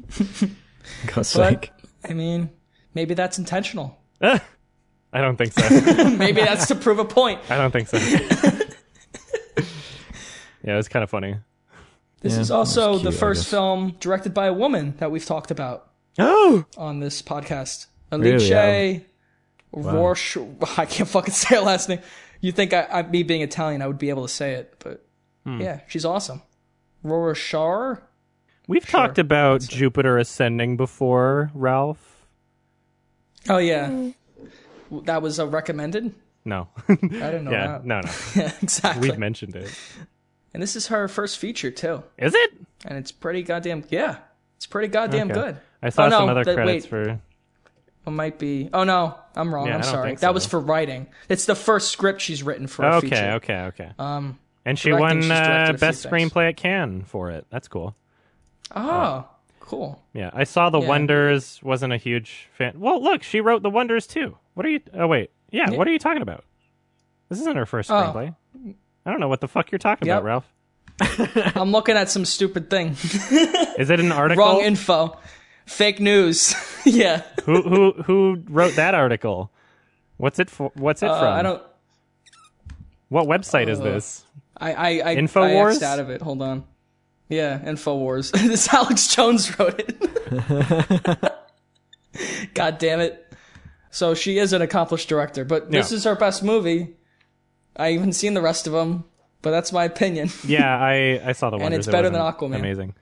God's
But,
sake.
I mean, maybe that's intentional.
I don't think so.
Maybe that's to prove a point.
I don't think so. yeah, it was kind of funny.
This
Yeah,
is
that was
also the
cute, I
first
guess.
film directed by a woman that we've talked about
Oh,
on this podcast.
Really?
Alice
I
Rorsch. I can't fucking say her last name. You think I, I, me being Italian, I would be able to say it, but
Hmm.
yeah, she's awesome. Rorschach.
we've talked about Jupiter ascending before, Ralph.
Oh yeah, W- that was uh, recommended.
No,
I didn't know
yeah,
that.
no, no.
Yeah, exactly.
We've mentioned it.
And this is her first feature too,
Is it?
and it's pretty goddamn yeah, it's pretty goddamn
Okay.
good.
I saw
Oh, no,
some other
that-
credits
wait.
for.
It might be. Oh no, I'm wrong.
Yeah, I
I'm
don't
sorry.
think so.
That was for writing. It's the first script she's written for a
Okay,
feature.
okay, okay.
Um.
and she
directing,
won
she's directed
uh,
a few
best
things.
screenplay at Cannes for it. That's cool.
Oh, cool.
Yeah, I saw The
Yeah.
Wonders. Wasn't a huge fan. Well, look, she wrote The Wonders too. What are you? Oh wait, yeah. What are you talking about? This isn't her first
Oh.
screenplay. I don't know what the fuck you're talking
Yep.
about, Ralph.
I'm looking at some stupid thing.
Is it an article?
Wrong info. Fake news. yeah.
who who who wrote that article? What's it for? What's it
Uh,
from?
I don't. Uh.
What website is this?
I I I, I
Infowars?
X'd out of it. Hold on. Yeah, Infowars. this Alex Jones wrote it. God damn it. So she is an accomplished director, but this
Yeah.
is her best movie. I haven't seen the rest of them, but that's my opinion.
Yeah, I I saw the one.
it's better than Aquaman.
Amazing.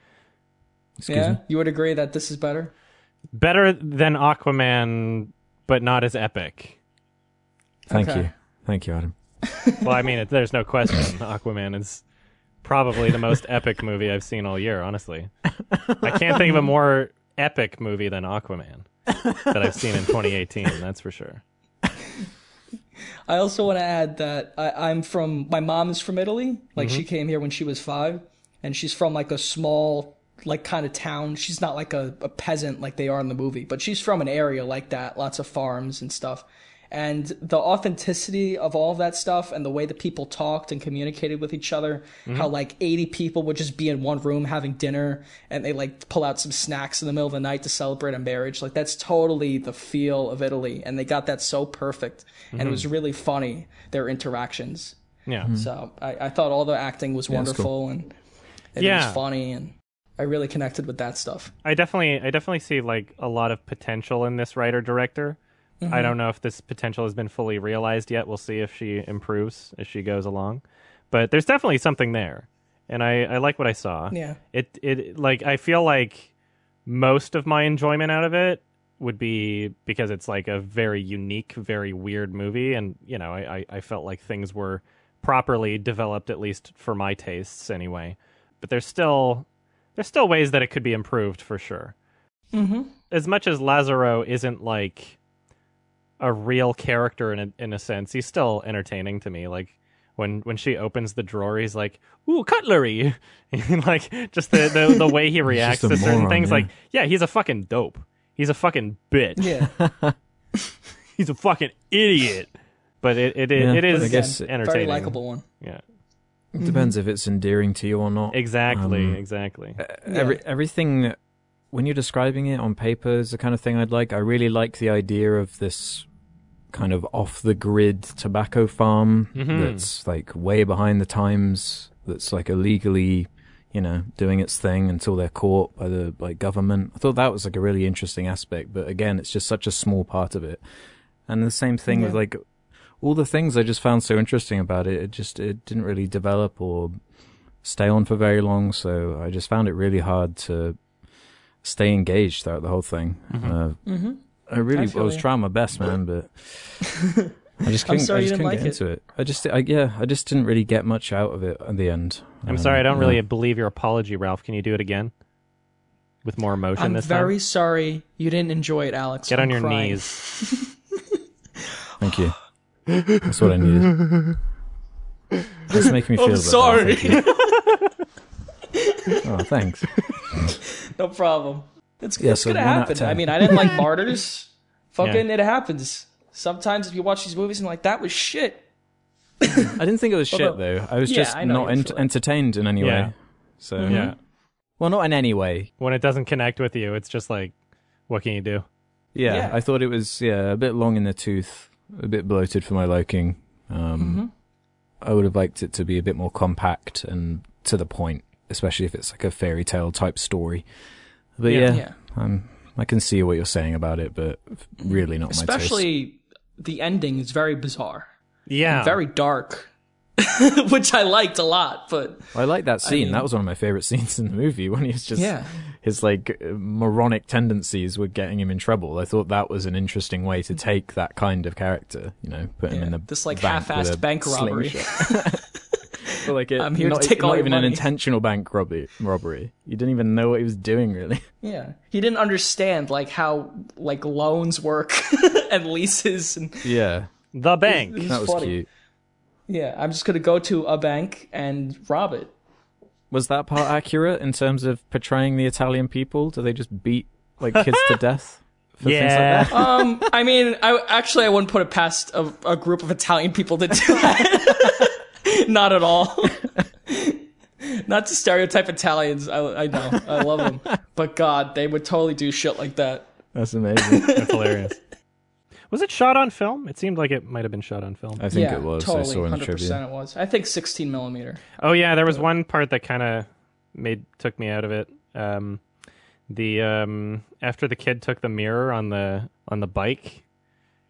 Excuse
yeah,
me.
you would agree that this is better.
Better than Aquaman, but not as epic.
Thank
Okay.
you. Thank you, Adam.
Well, I mean, it, there's no question. Aquaman is probably the most epic movie I've seen all year. Honestly, I can't think of a more epic movie than Aquaman that I've seen in 2018. That's for sure.
I also want to add that I, I'm from. My mom is from Italy. Like she came here when she was five, and she's from like a small, like kind of town. She's not like a, a peasant like they are in the movie, but she's from an area like that. Lots of farms and stuff. And the authenticity of all of that stuff and the way that people talked and communicated with each other, how like 80 people would just be in one room having dinner and they like pull out some snacks in the middle of the night to celebrate a marriage. Like that's totally the feel of Italy. And they got that so perfect. And it was really funny, their interactions.
Yeah.
So I, I thought all the acting was
that's
wonderful
cool.
and, and it
Yeah.
was funny. And I really connected with that stuff.
I definitely I definitely see like a lot of potential in this writer director. I don't know if this potential has been fully realized yet. We'll see if she improves as she goes along. But there's definitely something there. And I, I like what I saw.
Yeah.
It it like I feel like most of my enjoyment out of it would be because it's like a very unique, very weird movie and you know, I, I, I felt like things were properly developed at least for my tastes anyway. But there's still there's still ways that it could be improved for sure.
Mm-hmm.
As much as Lazaro isn't like a real character in a, in a sense, he's still entertaining to me. Like when when she opens the drawer, he's like, "Ooh, cutlery!" And, like just the, the the way he reacts
a
to certain
moron,
things.
yeah.
Like, yeah, he's a fucking dope. He's a fucking bitch.
Yeah.
He's a fucking idiot. But it it, it,
Yeah,
it is
I guess it-
entertaining.
Very likable one.
Yeah,
Mm-hmm.
Depends if it's endearing to you or not.
exactly,
Um,
exactly.
Every, everything when you're describing it on paper is the kind of thing I'd like. I really like the idea of this kind of off the grid tobacco farm
Mhm.
Mm-hmm.
that's like way behind the times. That's like illegally, you know, doing its thing until they're caught by the by government. I thought that was like a really interesting aspect, but again, it's just such a small part of it. And the same thing with
Yeah.
like all the things I just found so interesting about it. It just it didn't really develop or stay on for very long, so I just found it really hard to stay engaged throughout the whole thing. Uh,
Mm-hmm.
I really
I
I
feel
was
you.
trying my best, man, but I just couldn't,
sorry
I
you
just
didn't
couldn't
like
get
it.
into it. I just, I, yeah, I just didn't really get much out of it at the end.
I'm
Um,
sorry, I don't
yeah.
really believe your apology, Ralph. Can you do it again? With more emotion
I'm
this
very
time.
sorry you didn't enjoy it, Alex.
Get
I'm
on your
crying.
knees.
Thank you. That's what I needed. That's making me feel
I'm
better,
sorry.
thank you. oh, thanks.
No problem. It's,
Yeah,
it's
so
gonna
one out of
happen.
ten.
I mean, I didn't like Martyrs. Fucking, it happens. Sometimes if you watch these movies and like that was shit.
I didn't think it was shit
Although-
though. I was
Yeah,
just
I know
not
you
ent-
feel it.
entertained in any
Yeah.
way. So
Yeah.
well, not in any way.
When it doesn't connect with you, it's just like, what can you do?
Yeah,
Yeah.
I thought it was yeah a bit long in the tooth, a bit bloated for my liking.
Mm-hmm.
Um, I would have liked it to be a bit more compact and to the point, especially if it's like a fairy tale type story. But
Yeah.
yeah,
Yeah.
um, I can see what you're saying about it, but really not my taste.
Especially the ending is very bizarre,
Yeah.
very dark, which I liked a lot. But
I like that scene.
mean-
that was one of my favorite scenes in the movie when he was just
Yeah.
his like moronic tendencies were getting him in trouble. I thought that was an interesting way to take that kind of character, you know, put him
Yeah,
in the
this, like,
bank with
half-assed
a
bank robbery.
slingshot. But, like it,
I'm here to
not, e-,
take all
not
your
even an
money.
intentional bank robbery. Robbery. You didn't even know what he was doing, really.
yeah, he didn't understand like how like loans work and leases and
Yeah,
the bank.
it
that was
funny.
cute.
Yeah, I'm just gonna go to a bank and rob it.
Was that part accurate in terms of portraying the Italian people? Do they just beat like kids to death for things
Yeah.
like that?
Um, I mean, I actually I wouldn't put it past a, a group of Italian people to do that. Not at all. Not to stereotype Italians. I, I know. I love them, but God, they would totally do shit like that.
That's amazing.
That's hilarious. Was it shot on film? It seemed like it might have been shot on film.
I think
yeah,
it was.
Totally,
I saw in the
100%
trivia.
it was. I think 16 millimeter.
Oh yeah, there was one part that kind of made took me out of it. Um, the um, after the kid took the mirror on the on the bike,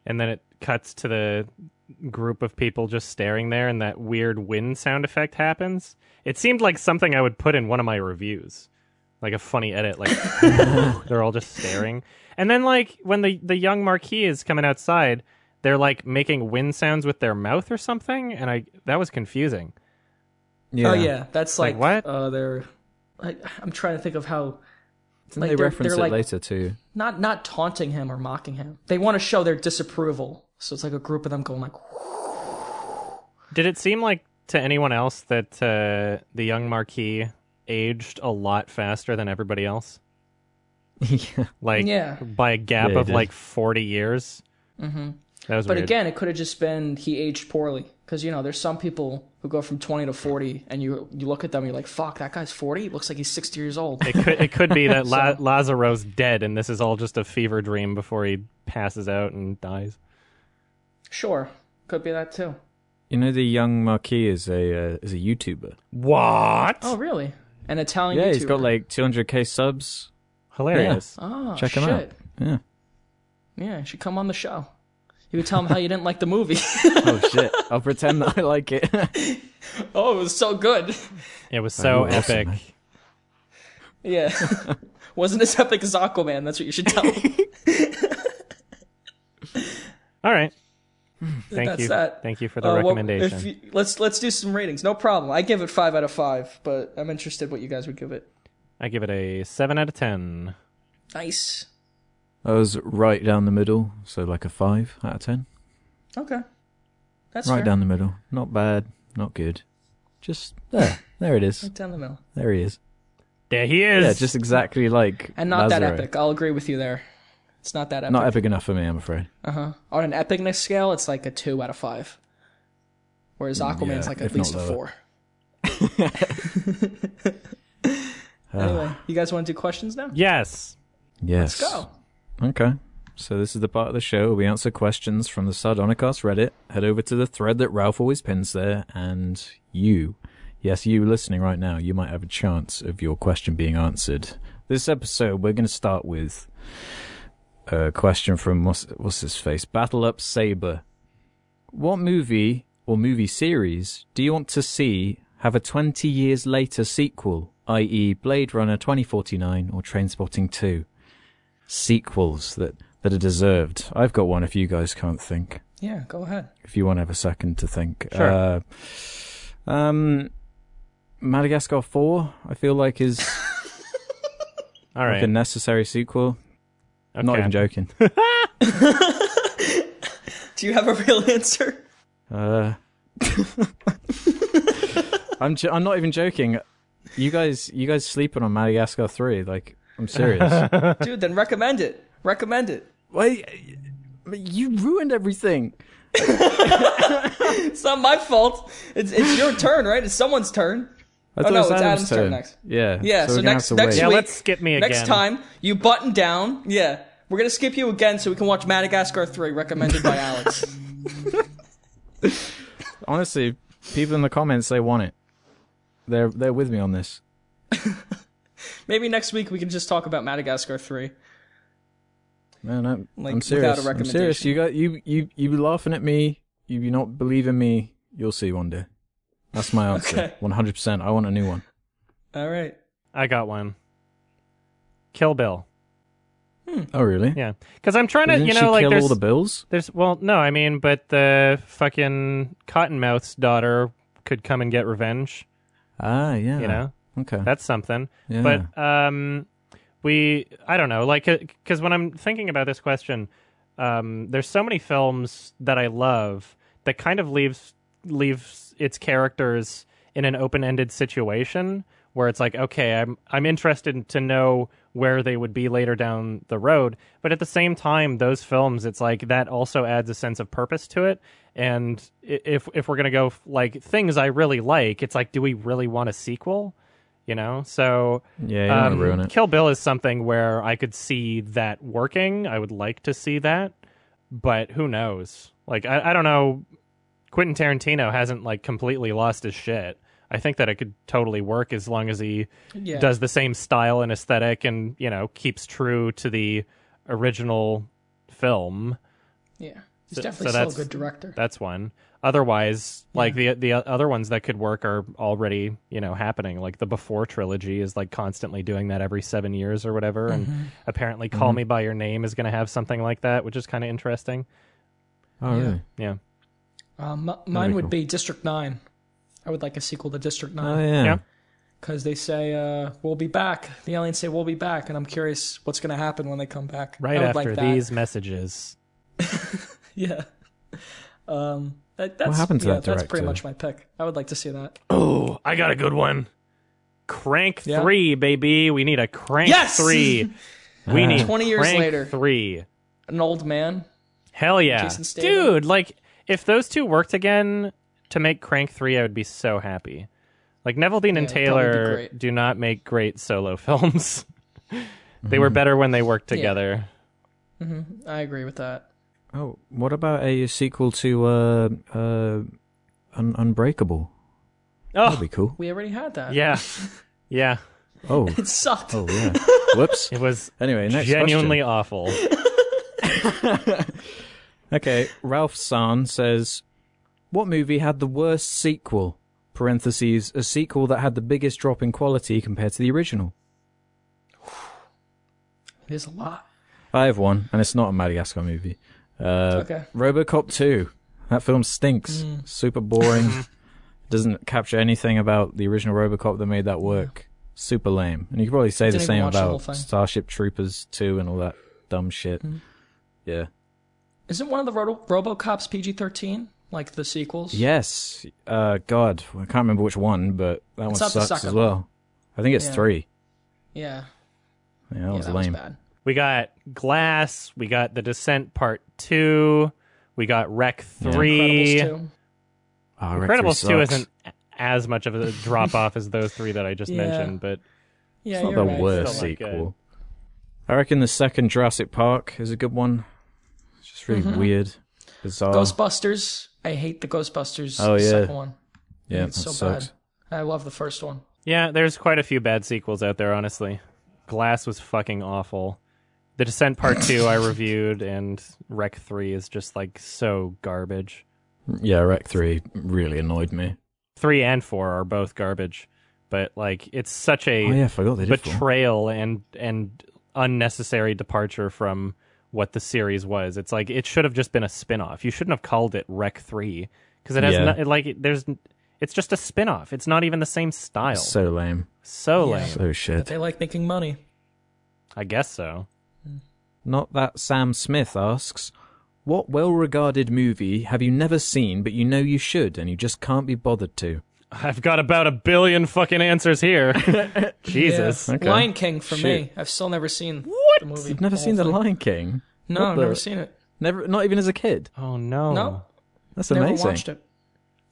and then it cuts to the group of people just staring there, and that weird wind sound effect happens. It seemed like something I would put in one of my reviews, like a funny edit. Like they're all just staring, and then like when the the young marquee is coming outside. They're like making wind sounds with their mouth or something, and I that was confusing.
Oh yeah, that's like,
Like what?
Uh, they're. Like, I'm trying to think of how
Didn't
Like,
they
they're-
reference
they're
it
like-
later too?
not not taunting him or mocking him. They want to show their disapproval. So it's like a group of them going like,
Did it seem like to anyone else that uh, the young Marquis aged a lot faster than everybody else?
yeah.
Like
Yeah.
by a gap
Yeah, he
of
did.
like forty years.
mm-hmm.
That was
But
weird.
again, it could have just been he aged poorly because you know there's some people who go from 20 to 40, and you you look at them, and you're like, fuck, that guy's 40. Looks like he's 60 years old.
it could it could be that La-
So-
Lazaro's dead, and this is all just a fever dream before he passes out and dies.
sure, could be that too.
You know, the young Marquis is a uh, is a YouTuber.
What?
Oh, really? An Italian.
Yeah,
Oh, YouTuber.
he's got like 200k subs.
Hilarious.
Oh,
Check
shit.
him out. Yeah.
Yeah, you should come on the show. You could tell him how you didn't like the movie.
Oh shit! I'll pretend that I like it.
oh, it was so good.
It was so
That'd be awesome,
epic.
man.
Yeah. Wasn't as epic as Aquaman. That's what you should tell him.
All right. Thank
That's
you.
that.
Thank you for the
Uh, well,
recommendation.
if you- let's let's do some ratings. No problem. I give it five out of five, but I'm interested what you guys would give it.
I give it a seven out of ten.
Nice.
I was right down the middle, so like a five out of ten.
Okay. That's
right
fair.
down the middle. Not bad. Not good. Just there. There it is.
Right down the middle.
There he is.
There he is.
Yeah, just exactly like
And not that
Lazaro.
epic. I'll agree with you there. It's not that epic.
Not epic enough for me, I'm afraid.
Uh huh. On an epicness scale, it's like a two out of five. Whereas
Mm,
Aquaman's
yeah,
like
if
at
not
least a
lower.
four.
Ah.
anyway, you guys want to do questions now?
yes.
Yes.
Let's go.
Okay. So this is the part of the show where we answer questions from the Sardonicast Reddit. Head over to the thread that Ralph always pins there, and you, yes, you listening right now, you might have a chance of your question being answered. This episode, we're going to start with a question from what's, what's his face, Battle Up Saber. What movie or movie series do you want to see have a 20 years later sequel, i.e., Blade Runner 2049 or Trainspotting 2? sequels that that are deserved. I've got one if you guys can't think.
Yeah, go ahead.
If you want to have a second to think.
Sure.
Uh, um Madagascar 4, I feel like is
All right.
like a necessary sequel.
okay.
I'm not even joking.
Do you have a real answer?
Uh, I'm jo- I'm not even joking. You guys you guys sleeping on Madagascar 3 like I'm serious.
Dude, then recommend it. Recommend it.
Why you ruined everything.
It's not my fault. It's it's your turn, right? It's someone's turn.
I
Oh,
thought
no,
it was
it's
Adam's,
Adam's turn next.
Yeah.
Yeah, so
we're gonna
next-
have to
next
wait.
yeah,
week-
let's skip me again.
Next time, you button down. Yeah. We're going to skip you again so we can watch Madagascar 3 recommended by Alex.
Honestly, people in the comments they want it. They're they're with me on this.
Maybe next week we can just talk about Madagascar 3.
Man, I'm,
Like,
I'm
without
serious.
a
I'm serious.
recommendation.
You got you you you laughing at me. You you not believing me. You'll see one day. That's my answer.
Okay.
One hundred percent. I want a new one.
All right.
I got one. Kill Bill.
Oh really?
Yeah. Because I'm trying to,
Didn't
you
she
know, like
kill
there's,
all the bills?
there's, well, no, I mean, but the fucking Cottonmouth's daughter could come and get revenge.
Ah yeah.
You know,
Okay.
that's something.
yeah.
but um we i don't know like because when i'm thinking about this question um there's so many films that i love that kind of leaves leaves its characters in an open-ended situation where it's like okay i'm i'm interested to know where they would be later down the road but at the same time those films it's like that also adds a sense of purpose to it and i- if if we're going to go f- like things i really like it's like do we really want a sequel you know so
yeah. You don't want
um,
to ruin it.
Kill Bill is something where I could see that working. I would like to see that, but who knows? Like, I, I don't know. Quentin Tarantino hasn't like completely lost his shit. I think that it could totally work as long as he
Yeah.
does the same style and aesthetic, and you know keeps true to the original film.
yeah. He's
So- so
definitely
that's-
still a good director.
That's one. Otherwise, like the the other ones that could work are already you know happening. Like the Before trilogy is like constantly doing that every seven years or whatever,
Mm-hmm.
and apparently Call Me by Your Name is going to have something like that, which is kind of interesting.
Oh
yeah.
really?
Yeah.
Um, m- mine
be
would
cool.
be District 9. I would like a sequel to District
Oh
9
yeah.
Yeah.
because they say, uh, we'll be back. The aliens say, we'll be back. And I'm curious what's going to happen when they come back.
Right
I would
after
like that.
these messages.
Yeah. Um, that, that's,
happened to
yeah,
that
That's pretty
director?
much my pick. I would like to see that.
Oh, I got a good one. Crank
Yeah.
three, baby. We need a crank
Yes!
three. We
Ah.
need
20 years
Crank
later.
Three.
An old man.
Hell yeah,
Jason Statham.
dude! Like if those two worked again to make Crank three, I would be so happy. Like Neville Dean and
Yeah, that would be
Taylor
great.
do not make great solo films. they
Mm-hmm.
were better when they worked together.
I agree with that.
Oh, what about a sequel to uh, uh, Un- Unbreakable? That'd
Oh
be cool.
We already had that.
yeah, yeah.
Oh,
It sucked.
oh yeah. Whoops.
It was
Anyway, next
genuinely
question.
awful.
Okay, Ralph San says, "What movie had the worst sequel?" Parentheses, a sequel that had the biggest drop in quality compared to the original.
There's a lot.
I have one, and it's not a Madagascar movie. Uh,
Okay.
RoboCop 2. That film stinks.
Hmm.
Super boring. Doesn't capture anything about the original RoboCop that made that work. Super lame. And you could probably say the
Didn't even
same
watch the whole
about
thing. Hmm.
Starship Troopers 2 and all that dumb shit. Yeah.
Isn't one of the Robo- RoboCops PG-13 like the sequels?
Yes. Uh, God, I can't remember which one, but that one
not the
sucks
second
as well. I think it's
Yeah.
three.
Yeah.
Yeah, that
Yeah,
was
that
lame.
was bad.
We got Glass. We got The Descent Part Two. We got Wreck Three.
Incredibles too.
Oh, Wreck
Incredibles
three
Two
sucks.
isn't as much of a drop off as those three that I just
Yeah.
mentioned, but
Yeah,
It's not the
you're right.
worst
Still not good.
sequel. I reckon the second Jurassic Park is a good one. It's just really weird, bizarre.
Mm-hmm. Ghostbusters. I hate the Ghostbusters
Oh, yeah.
second one.
yeah,
It's
that
so
sucks.
bad. I love the first one.
yeah, there's quite a few bad sequels out there. Honestly, Glass was fucking awful. The Descent Part Two I reviewed, and Wreck Three is just like so garbage.
Yeah, Wreck Three really annoyed me.
Three and four are both garbage, but like it's such a
Oh yeah, I forgot they did. four.
betrayal and and unnecessary departure from what the series was. It's like it should have just been a spin-off. You shouldn't have called it Wreck 3 because it has
Yeah.
no- it- like it- there's n- it's just a spin-off. It's not even the same style. So,
So lame.
lame.
So
But
shit.
they like making money.
I guess so.
Not that Sam Smith asks, "What well-regarded movie have you never seen but you know you should and you just can't be bothered to?"
I've got about a billion fucking answers here. Jesus.
Yeah.
Okay.
Lion King for me.
Shoot.
I've still never seen the movie.
You've never
whole
seen The
thing.
Lion King?
No,
What
I've
the-
never seen it.
Never, not even as a kid.
Oh no.
No,
That's
never
amazing.
watched it.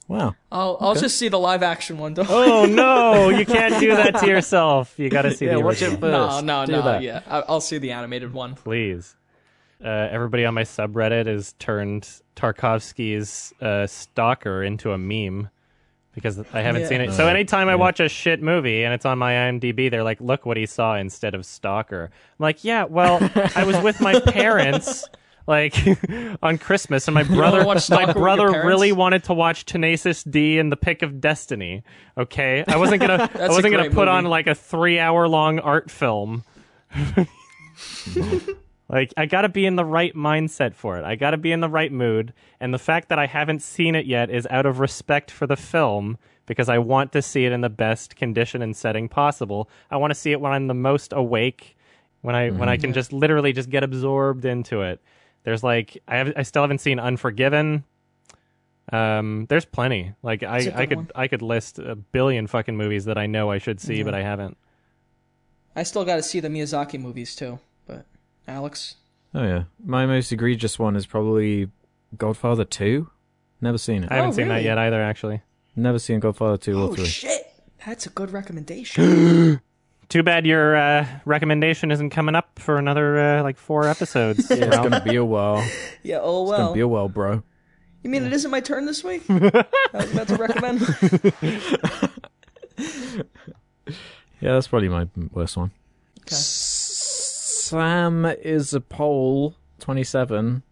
Wow.
I'll I'll just see the live action one. Don't
Oh no, you can't do that to yourself. You got to see
Yeah,
the original.
watch it first.
no, no,
Do
no.
that.
Yeah, I- I'll see the animated one.
please. Uh, everybody on my subreddit has turned Tarkovsky's uh, Stalker into a meme because I haven't
Yeah.
seen it. So anytime I watch a shit movie and it's on my IMDb, they're like, "Look what he saw instead of Stalker." I'm like, "Yeah, well, I was with my parents." Like on Christmas, and my brother,
watch Stalker
my
with your
brother
parents?
really wanted to watch Tenacious D and the Pick of Destiny. Okay, I wasn't gonna, I wasn't gonna
great
put
movie.
on like a three-hour-long art film. Like I got to be in the right mindset for it. I got to be in the right mood, and the fact that I haven't seen it yet is out of respect for the film because I want to see it in the best condition and setting possible. I want to see it when I'm the most awake, when I when I
Mm-hmm.
can just literally just get absorbed into it. There's like I have, I still haven't seen Unforgiven. Um, there's plenty. Like I
It's a
I
good
could
one.
I could list a billion fucking movies that I know I should see but I haven't.
I still got to see the Miyazaki movies too. But Alex,
Oh yeah, my most egregious one is probably Godfather Two. Never seen it.
I haven't seen that
Oh, really?
yet either. Actually,
Never seen Godfather Two
oh
or Three.
shit, that's a good recommendation.
Too bad your uh, recommendation isn't coming up for another uh, like four episodes.
Yeah, it's gonna be a while.
yeah. Oh
It's gonna
well.
be a while, bro.
You mean it isn't my turn this week? I was about to recommend.
Yeah, that's probably my worst one. Sam is a pole. Twenty-seven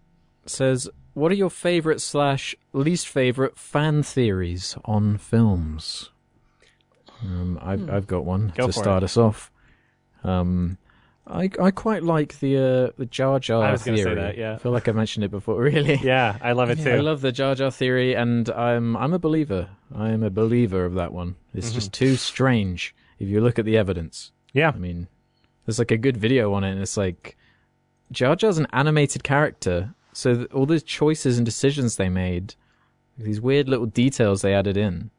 says, "What are your favorite slash least favorite fan theories on films?" Um, I've I've got one
Go
to
for
start us off. Um, I I quite like the uh, the Jar Jar
I was gonna
theory.
say that, yeah.
I feel like I mentioned it before. Really,
yeah, I love it too.
I love the Jar Jar theory, and I'm I'm a believer. I am a believer of that one. It's just
Mm-hmm.
too strange if you look at the evidence.
yeah,
I mean, there's like a good video on it, and it's like Jar Jar's an animated character, So th- all those choices and decisions they made, these weird little details they added in,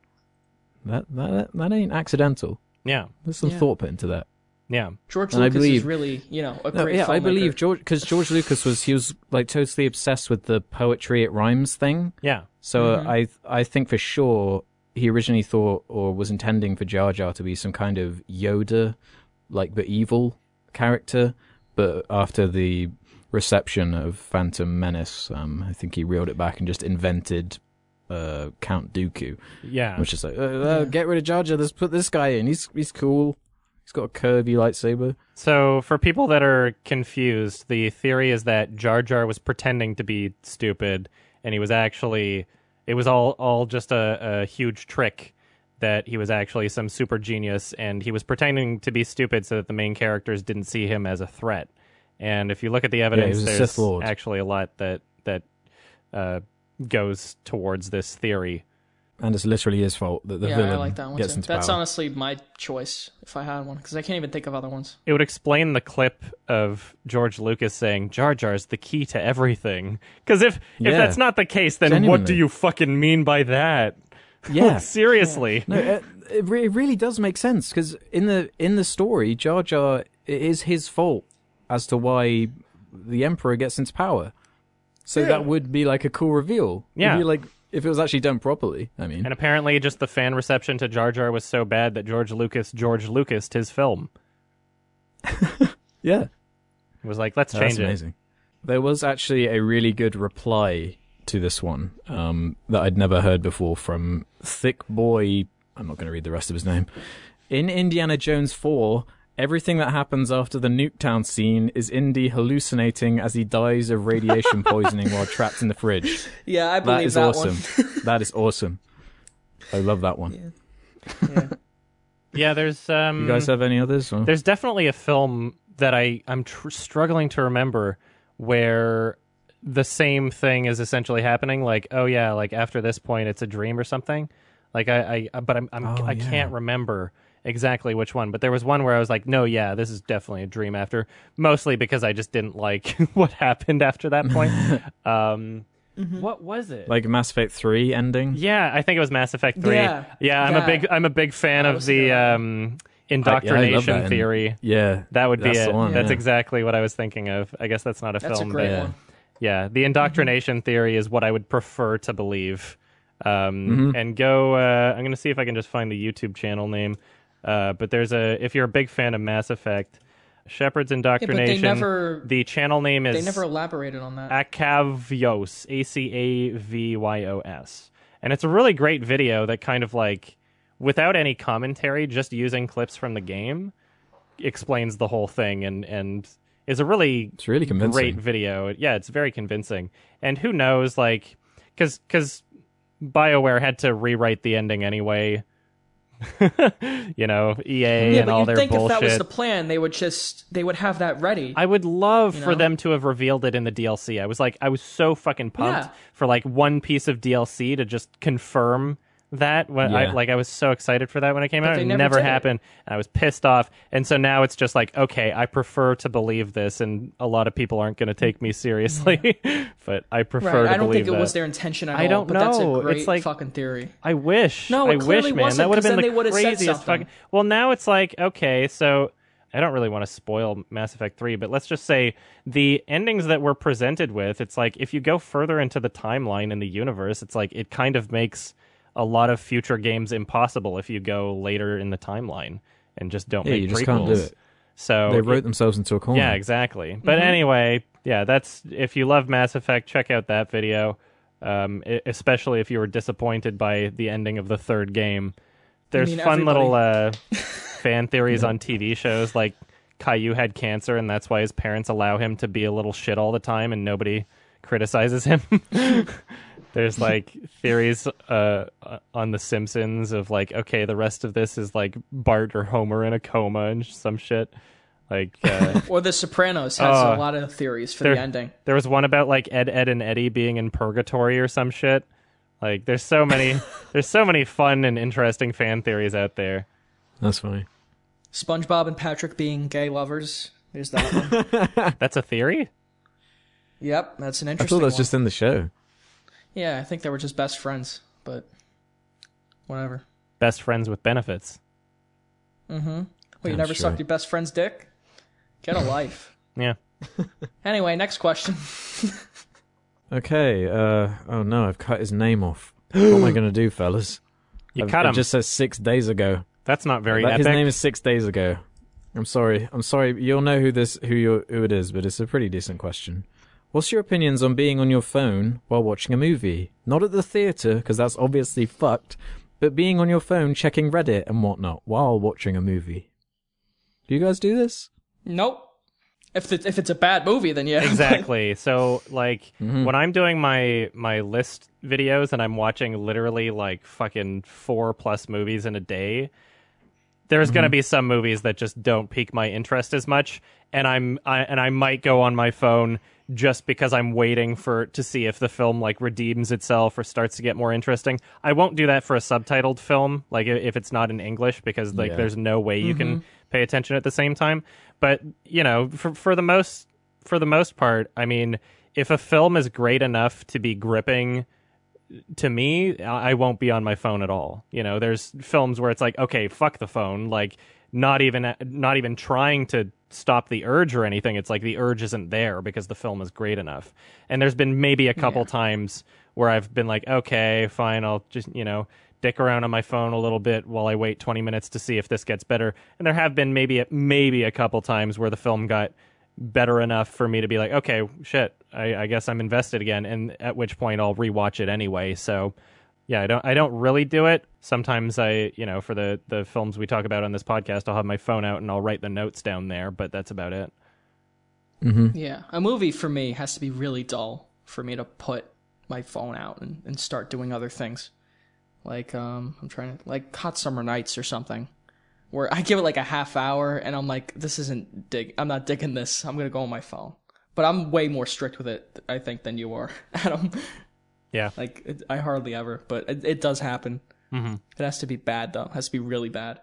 that that that ain't accidental.
Yeah.
There's some
Yeah.
thought put into that.
Yeah.
George
And I
Lucas is
believe-
really, you know, a
No,
great
yeah, I
filmmaker.
believe George because George Lucas was he was like totally obsessed with the poetry it rhymes thing.
Yeah.
So
Mm-hmm.
uh I I think for sure he originally thought or was intending for Jar Jar to be some kind of Yoda, like but evil character. But after the reception of Phantom Menace, um, I think he reeled it back and just invented uh, Count Dooku,
Yeah.
which is like uh, uh, get rid of Jar Jar. Let's put this guy in. He's he's cool. He's got a curvy lightsaber.
So, for people that are confused, the theory is that Jar Jar was pretending to be stupid, and he was actually it was all all just a, a huge trick that he was actually some super genius, and he was pretending to be stupid so that the main characters didn't see him as a threat. And if you look at the evidence,
was a
there's
Sith Lord.
actually a lot that that uh, goes towards this theory.
And it's literally his fault that the
yeah,
villain
I like that one
gets
too.
into
That's
power.
honestly my choice if I had one because I can't even think of other ones.
It would explain the clip of George Lucas saying Jar Jar's the key to everything. Because if if
Yeah.
that's not the case, then what do
Genuinely.
you fucking mean by that?
Yeah.
Seriously.
No, it, it, re- it really does make sense because in the in the story, Jar Jar it is his fault as to why the Emperor gets into power. So that would be like a cool reveal. It'd
Yeah.
be like if it was actually done properly. I mean,
And apparently, just the fan reception to Jar Jar was so bad that George Lucas George Lucas his film.
yeah,
He was like, let's
that's
change it.
amazing. There was actually a really good reply to this one um, that I'd never heard before from Thick Boy. I'm not going to read the rest of his name. In Indiana Jones 4, everything that happens after the Nuketown scene is Indy hallucinating as he dies of radiation poisoning while trapped in the fridge.
Yeah, I
That
believe
is
that,
awesome. that is awesome. I love that one.
one. yeah.
Yeah, there's um,
Mm.
You guys have any others? Or-
There's definitely a film that I I'm tr- struggling to remember where the same thing is essentially happening. Like, oh yeah, like after this point, it's a dream or something. Like I, I but I'm, I'm
Oh,
I
yeah.
can't remember exactly which one. But there was one where I was like, no, yeah, this is definitely a dream after. Mostly because I just didn't like what happened after that point. um,
Mm-hmm.
What was it?
Like Mass Effect 3 ending?
Yeah, I think it was Mass Effect Three.
Yeah,
Yeah, I'm
yeah.
a big I'm a big fan of
was
the
good.
um,
I- yeah, I love
indoctrination
that.
theory.
Yeah.
That would be
That's
it.
the one,
that's
yeah.
exactly what I was thinking of. I guess that's not a
That's
film,
a great
but
yeah.
one.
yeah, the indoctrination theory is what I would prefer to believe. Um,
Mm-hmm.
And go. Uh, I'm going to see if I can just find the YouTube channel name. Uh, but there's a if you're a big fan of Mass Effect, Shepard's indoctrination.
never-
the channel name is
They never elaborated on that.
Acavyos, A C A V Y O S. And it's a really great video that kind of like, without any commentary, just using clips from the game, explains the whole thing and, and is a really
It's really convincing.
great video. Yeah, it's very convincing. And who knows, like, because because BioWare had to rewrite the ending anyway. you know, EA
yeah,
and
but
all
you'd
their
think
bullshit.
if that was the plan, they would just they would have that ready.
I would love
You
for
know?
them to have revealed it in the DLC. I was like, I was so fucking pumped
Yeah.
for like one piece of DLC to just confirm that. When I
Yeah.
like, I was so excited for that when it came out.
they
It
never
never,
did it.
happened, and I was pissed off. And so now it's just like, okay, I prefer to believe this, and a lot of people aren't going to take me seriously, but I prefer
right.
to
I don't
believe
think it
that.
was their intention at
I
all.
don't
But that's a
know.
great
It's like-
fucking theory.
I wish.
No, it
I
clearly
wish, man.
wasn't,
That would have
'cause
been
then
the
they would have said
craziest
something.
fucking. Well, now it's like okay, so I don't really want to spoil Mass Effect Three, but let's just say the endings that we're presented with. It's like if you go further into the timeline in the universe, it's like it kind of makes a lot of future games impossible if you go later in the timeline and just don't
Yeah,
make
you just
prequels.
can't do it.
So
They
it-
wrote themselves into a corner.
Oh, yeah, exactly. But anyway, yeah, that's if you love Mass Effect, check out that video. Um, e- especially if you were disappointed by the ending of the third game. There's
mean,
fun little uh, fan theories on TV shows like Caillou had cancer and that's why his parents allow him to be a little shit all the time and nobody criticizes him. There's like theories uh, uh, on The Simpsons of like, okay, the rest of this is like Bart or Homer in a coma and some shit. Like, uh,
Or The Sopranos has a
Oh.
lot of theories for
They're-
the ending.
There was one about like Ed, Ed, and Eddie being in purgatory or some shit. Like, there's so many, there's so many fun and interesting fan theories out there.
That's funny.
SpongeBob and Patrick being gay lovers. There's that one.
That's a theory.
Yep, that's an
I
interesting.
thought that was
one.
just in the show.
Yeah, I think they were just best friends, but whatever. Mm-hmm.
Best friends with benefits.
Well, you
I'm
never
sure.
sucked your best friend's dick? Get a life.
Yeah.
Anyway, next question.
Okay. Uh, oh no, I've cut his name off. what am I gonna do, fellas?
You
I've-
cut
it
him.
just says six days ago.
That's not very
That-
epic.
his name is six days ago. I'm sorry. I'm sorry. You'll know who this who you who it is, but it's a pretty decent question. What's your opinions on being on your phone while watching a movie? Not at the theater, because that's obviously fucked. But being on your phone, checking Reddit and whatnot while watching a movie. Do you guys do this?
nope. If it's, if it's a bad movie, then yeah.
exactly so like
Mm-hmm.
when i'm doing my my list videos and i'm watching literally like fucking four plus movies in a day there's going to be some movies that just don't pique my interest as much and i'm I, and i might go on my phone just because i'm waiting for to see if the film like redeems itself or starts to get more interesting i won't do that for a subtitled film like i- if it's not in english because like
Yeah.
there's no way you can pay attention at the same time but you know for for the most for the most part i mean if a film is great enough to be gripping to me, I I won't be on my phone at all. You know, there's films where it's like, okay, fuck the phone, like not even not even trying to stop the urge or anything. It's like the urge isn't there because the film is great enough. And there's been maybe a couple times where I've been like, okay, fine, I'll just, you know, dick around on my phone a little bit while I wait 20 minutes to see if this gets better. And there have been maybe maybe a couple times where the film got better enough for me to be like, okay, shit, I, I guess I'm invested again, and at which point I'll rewatch it anyway. So, yeah, I don't, I don't really do it. Sometimes I, you know, for the the films we talk about on this podcast, I'll have my phone out and I'll write the notes down there, but that's about it.
Yeah. A movie for me has to be really dull for me to put my phone out and, and start doing other things. Like, um, I'm trying to, like, Hot Summer Nights or something. Where I give it like a half hour and I'm like, this isn't dig, I'm not digging this. I'm going to go on my phone. But I'm way more strict with it, I think, than you are, Adam.
Yeah.
Like, it, I hardly ever, but it, it does happen. It has to be bad, though. It has to be really bad.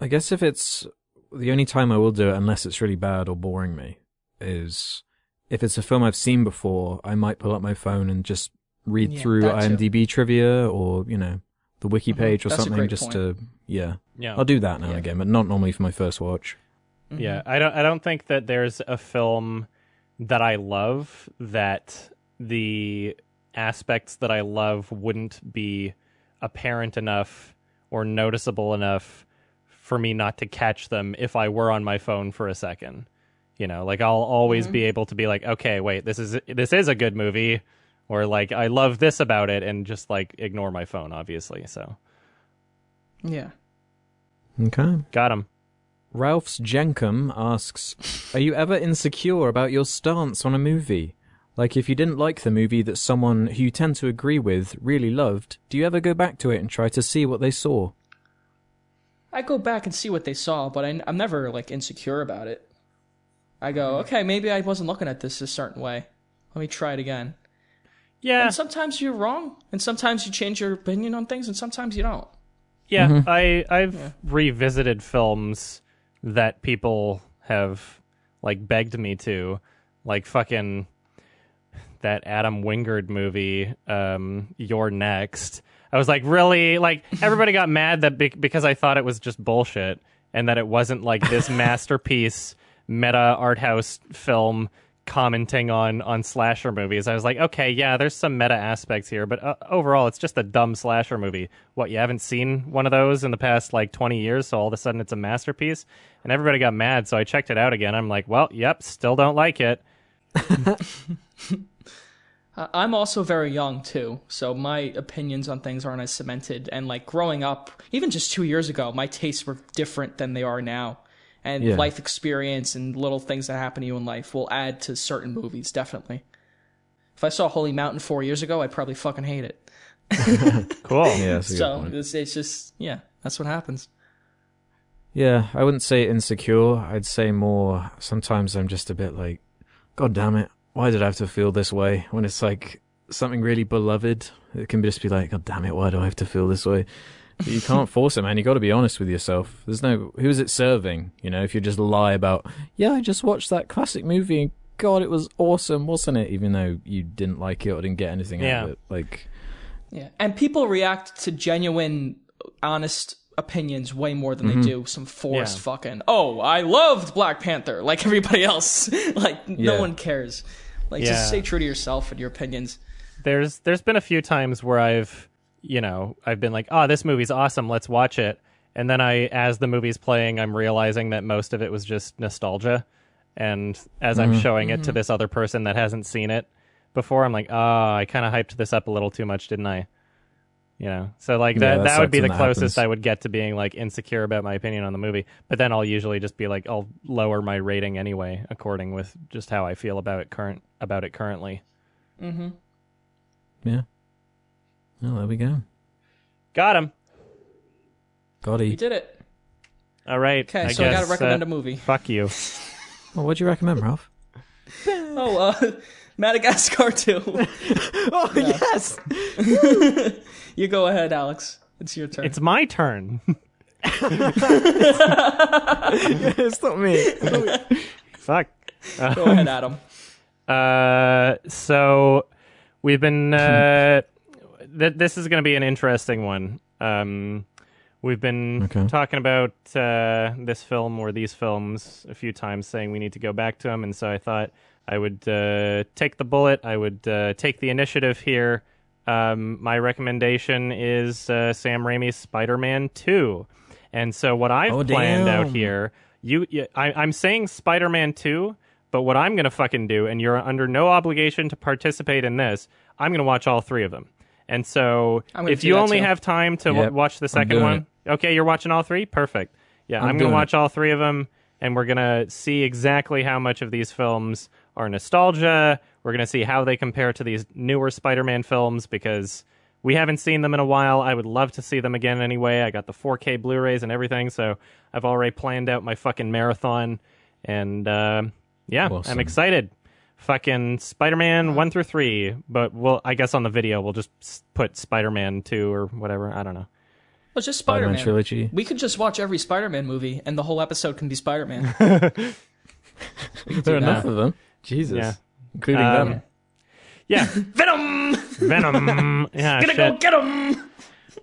I guess if it's the only time I will do it, unless it's really bad or boring me, is if it's a film I've seen before, I might pull up my phone and just read
Yeah,
through
that too. Mm-hmm.
IMDb trivia or, you know, the wiki page or
That's a
something
great
just
point.
to, yeah.
Yeah.
I'll do that now
Yeah.
and again, but not normally for my first watch.
Yeah, I don't I don't think that there's a film that I love that the aspects that I love wouldn't be apparent enough or noticeable enough for me not to catch them if I were on my phone for a second. You know, like I'll always be able to be like, okay, wait, this is this is a good movie or like I love this about it and just like ignore my phone obviously. So,
Yeah.
Okay.
got him.
Ralph's Jenkum asks, Are you ever insecure about your stance on a movie? Like, if you didn't like the movie that someone who you tend to agree with really loved, do you ever go back to it and try to see what they saw?
I go back and see what they saw, but I, am never like insecure about it. I go, okay, maybe I wasn't looking at this a certain way. Let me try it again.
Yeah.
And sometimes you're wrong, and sometimes you change your opinion on things, and sometimes you don't.
Yeah, I I've revisited films that people have like begged me to, like fucking that Adam Wingard movie, um, You're Next. I was like, really? Like everybody got mad that be- because I thought it was just bullshit and that it wasn't like this masterpiece meta art house film commenting on on slasher movies. I was like, okay, yeah, there's some meta aspects here, but uh, overall, it's just a dumb slasher movie. What you haven't seen one of those in the past like 20 years, so all of a sudden it's a masterpiece. And everybody got mad, so I checked it out again. I'm like, well, yep, still don't like it.
I- I'm also very young too, so my opinions on things aren't as cemented. And like growing up, even just two years ago, my tastes were different than they are now. And
Yeah.
life experience and little things that happen to you in life will add to certain movies, definitely. If I saw Holy Mountain four years ago, I'd probably fucking hate it.
Cool.
Yeah, that's a good
So
point.
it's, it's just yeah, that's what happens.
Yeah, I wouldn't say insecure. I'd say more sometimes I'm just a bit like, God damn it, why did I have to feel this way? When it's like something really beloved, it can just be like, God damn it, why do I have to feel this way? But you can't force it, man. You got to be honest with yourself. There's no who's it serving, you know. If you just lie about, yeah, I just watched that classic movie and god, it was awesome, wasn't it? Even though you didn't like it or didn't get anything out of
Yeah.
it. Like,
Yeah. And people react to genuine, honest opinions way more than they
Mm-hmm.
do some forced
Yeah.
fucking, oh, I loved Black Panther, like everybody else. like,
Yeah.
no one cares. Like,
Yeah.
just stay true to yourself and your opinions.
there's there's been a few times where I've you know I've been like, oh, this movie's awesome, let's watch it, and then I, as the movie's playing, I'm realizing that most of it was just nostalgia, and as
Mm-hmm.
I'm showing it to this other person that hasn't seen it before, I'm like, ah, I kind of hyped this up a little too much, didn't I? You know, so like
Yeah,
that
that
that, would
sucks
be
when
the
that
closest
happens.
I would get to being like insecure about my opinion on the movie, but then I'll usually just be like, I'll lower my rating anyway, according with just how I feel about it current about it currently.
Mm-hmm.
yeah. Well, there we go.
Got him.
We
Body.
did it.
All right.
Okay,
I
so I
guess,
got to recommend
uh,
a movie.
Fuck you.
Well, what do you recommend, Ralph?
Oh, uh, Madagascar 2.
oh yes.
you go ahead, Alex. It's your turn.
It's my turn.
it's not me.
fuck.
go ahead, Adam.
Uh, so we've been. Uh, th- this is going to be an interesting one. Um, we've been
Okay.
talking about uh, this film or these films a few times, saying we need to go back to them, and so I thought I would uh, take the bullet. I would uh, take the initiative here. Um, my recommendation is uh, Sam Raimi's Spider-Man Two, and so what I've
Oh,
planned out
damn.
Mm-hmm.
here, you, you I, I'm saying Spider-Man Two, but what I'm gonna fucking do, and you're under no obligation to participate in this, I'm gonna watch all three of them. And so,
I'm gonna
if
do
you
that
only
too.
have time to
Yep,
w- watch the
I'm
second
doing
one, okay, you're watching all three. Perfect. Yeah,
I'm
I'm, gonna
doing
watch all three of them, and we're gonna see exactly how much of these films are nostalgia. We're gonna see how they compare to these newer Spider-Man films because we haven't seen them in a while. I would love to see them again anyway. I got the 4K Blu-rays and everything, so I've already planned out my fucking marathon, and uh, yeah,
Awesome.
I'm excited. Fucking Spider-Man one through three, but we'll I guess on the video we'll just s- put Spider-Man two or whatever. I don't know.
Well, just Spider
Spider-Man
Man.
trilogy.
We could just watch every Spider Man movie and the whole episode can be Spider Man.
There are
that.
enough of them. Jesus.
Yeah.
Including
Um,
them.
Yeah,
Venom!
Venom. Yeah,
Gonna
Ah, shit.
go get him!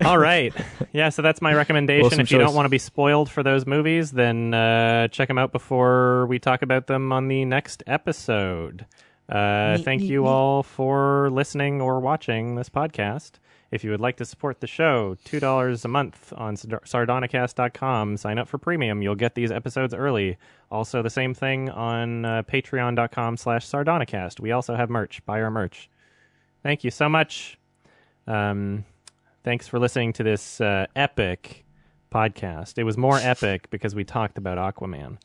All right. Yeah, so that's my recommendation.
Awesome
if you
choice.
don't want to be spoiled for those movies, then uh, check them out before we talk about them on the next episode. Uh, thank you all for listening or watching this podcast. If you would like to support the show, $2 a month on sard- sardonicast.com. Sign up for premium. You'll get these episodes early. Also, the same thing on uh, patreon.com slash sardonicast. We also have merch. Buy our merch. Thank you so much. Um, Thanks for listening to this uh, epic podcast. It was more epic because we talked about Aquaman.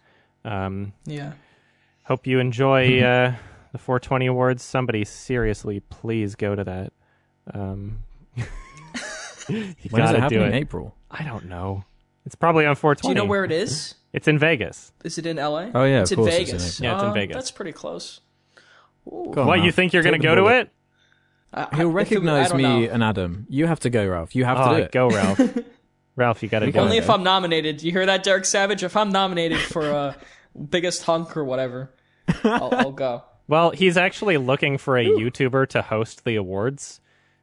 Um,
Yeah.
hope you enjoy uh, the 420 Awards. Somebody, seriously, please go to that. Um, you
When is it
gotta do
happening in
it.
April?
I don't know. It's probably on 420.
Do you know where it is?
It's in Vegas.
Is it in LA?
Oh, yeah,
It's
of
in
course it's
Vegas.
in April.
Yeah, it's in
Uh,
Vegas.
That's pretty close.
Go on,
what you
Ralph.
think you're
Oh, Take
going to
the
go to
bullet.
it?
I-
He'll
I- I think-
recognize
I don't
me uh,
know.
and Adam. You have to go, Ralph. You have to
Oh,
do it.
go Ralph. Ralph, you got to
We
do
can
Only
it.
live-
if I'm nominated. You hear that, Derek Savage? If I'm nominated for uh, biggest hunk or whatever, I'll, I'll go.
Well, he's actually looking for a YouTuber to host the awards.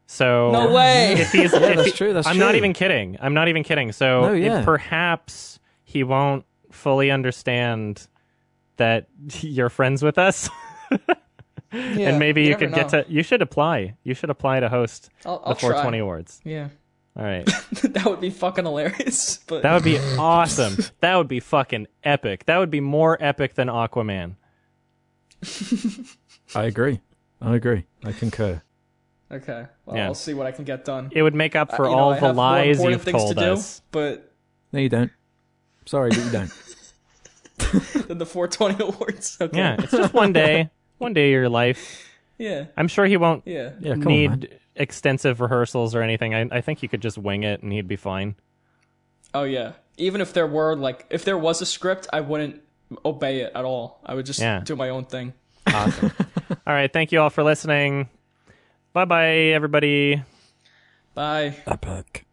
So
No way.
If he's, if
that's
he-
true, that's
I'm not
true.
even kidding. I'm not even kidding. So
No,
it-
yeah.
perhaps he won't fully understand that you're friends with us,
Yeah,
and maybe you
never
could get
know.
to. You should apply. You should apply to host
I'll, I'll
the 420
try.
awards.
Yeah,
All right,
that would be fucking hilarious. But
that would be awesome. That would be fucking epic. That would be more epic than Aquaman.
I agree. I agree. I concur.
okay. Well,
Yeah.
I'll see what I can get done.
It would make up for
Uh, You know,
all
I
the
have more
lies
important
you've
things
told
to do,
us.
But
No, you don't. Sorry, but you don't.
than the 420 awards. Okay.
Yeah, it's just one day, one day of your life.
Yeah.
I'm sure he won't
Yeah.
Yeah, come
need
on. Man.
extensive rehearsals or anything. I, I think you could just wing it and he'd be fine.
Oh yeah. Even if there were like if there was a script, I wouldn't obey it at all. I would just
Yeah.
do my own thing.
All right, thank you all for listening. Bye bye, everybody.
Bye.
Epic.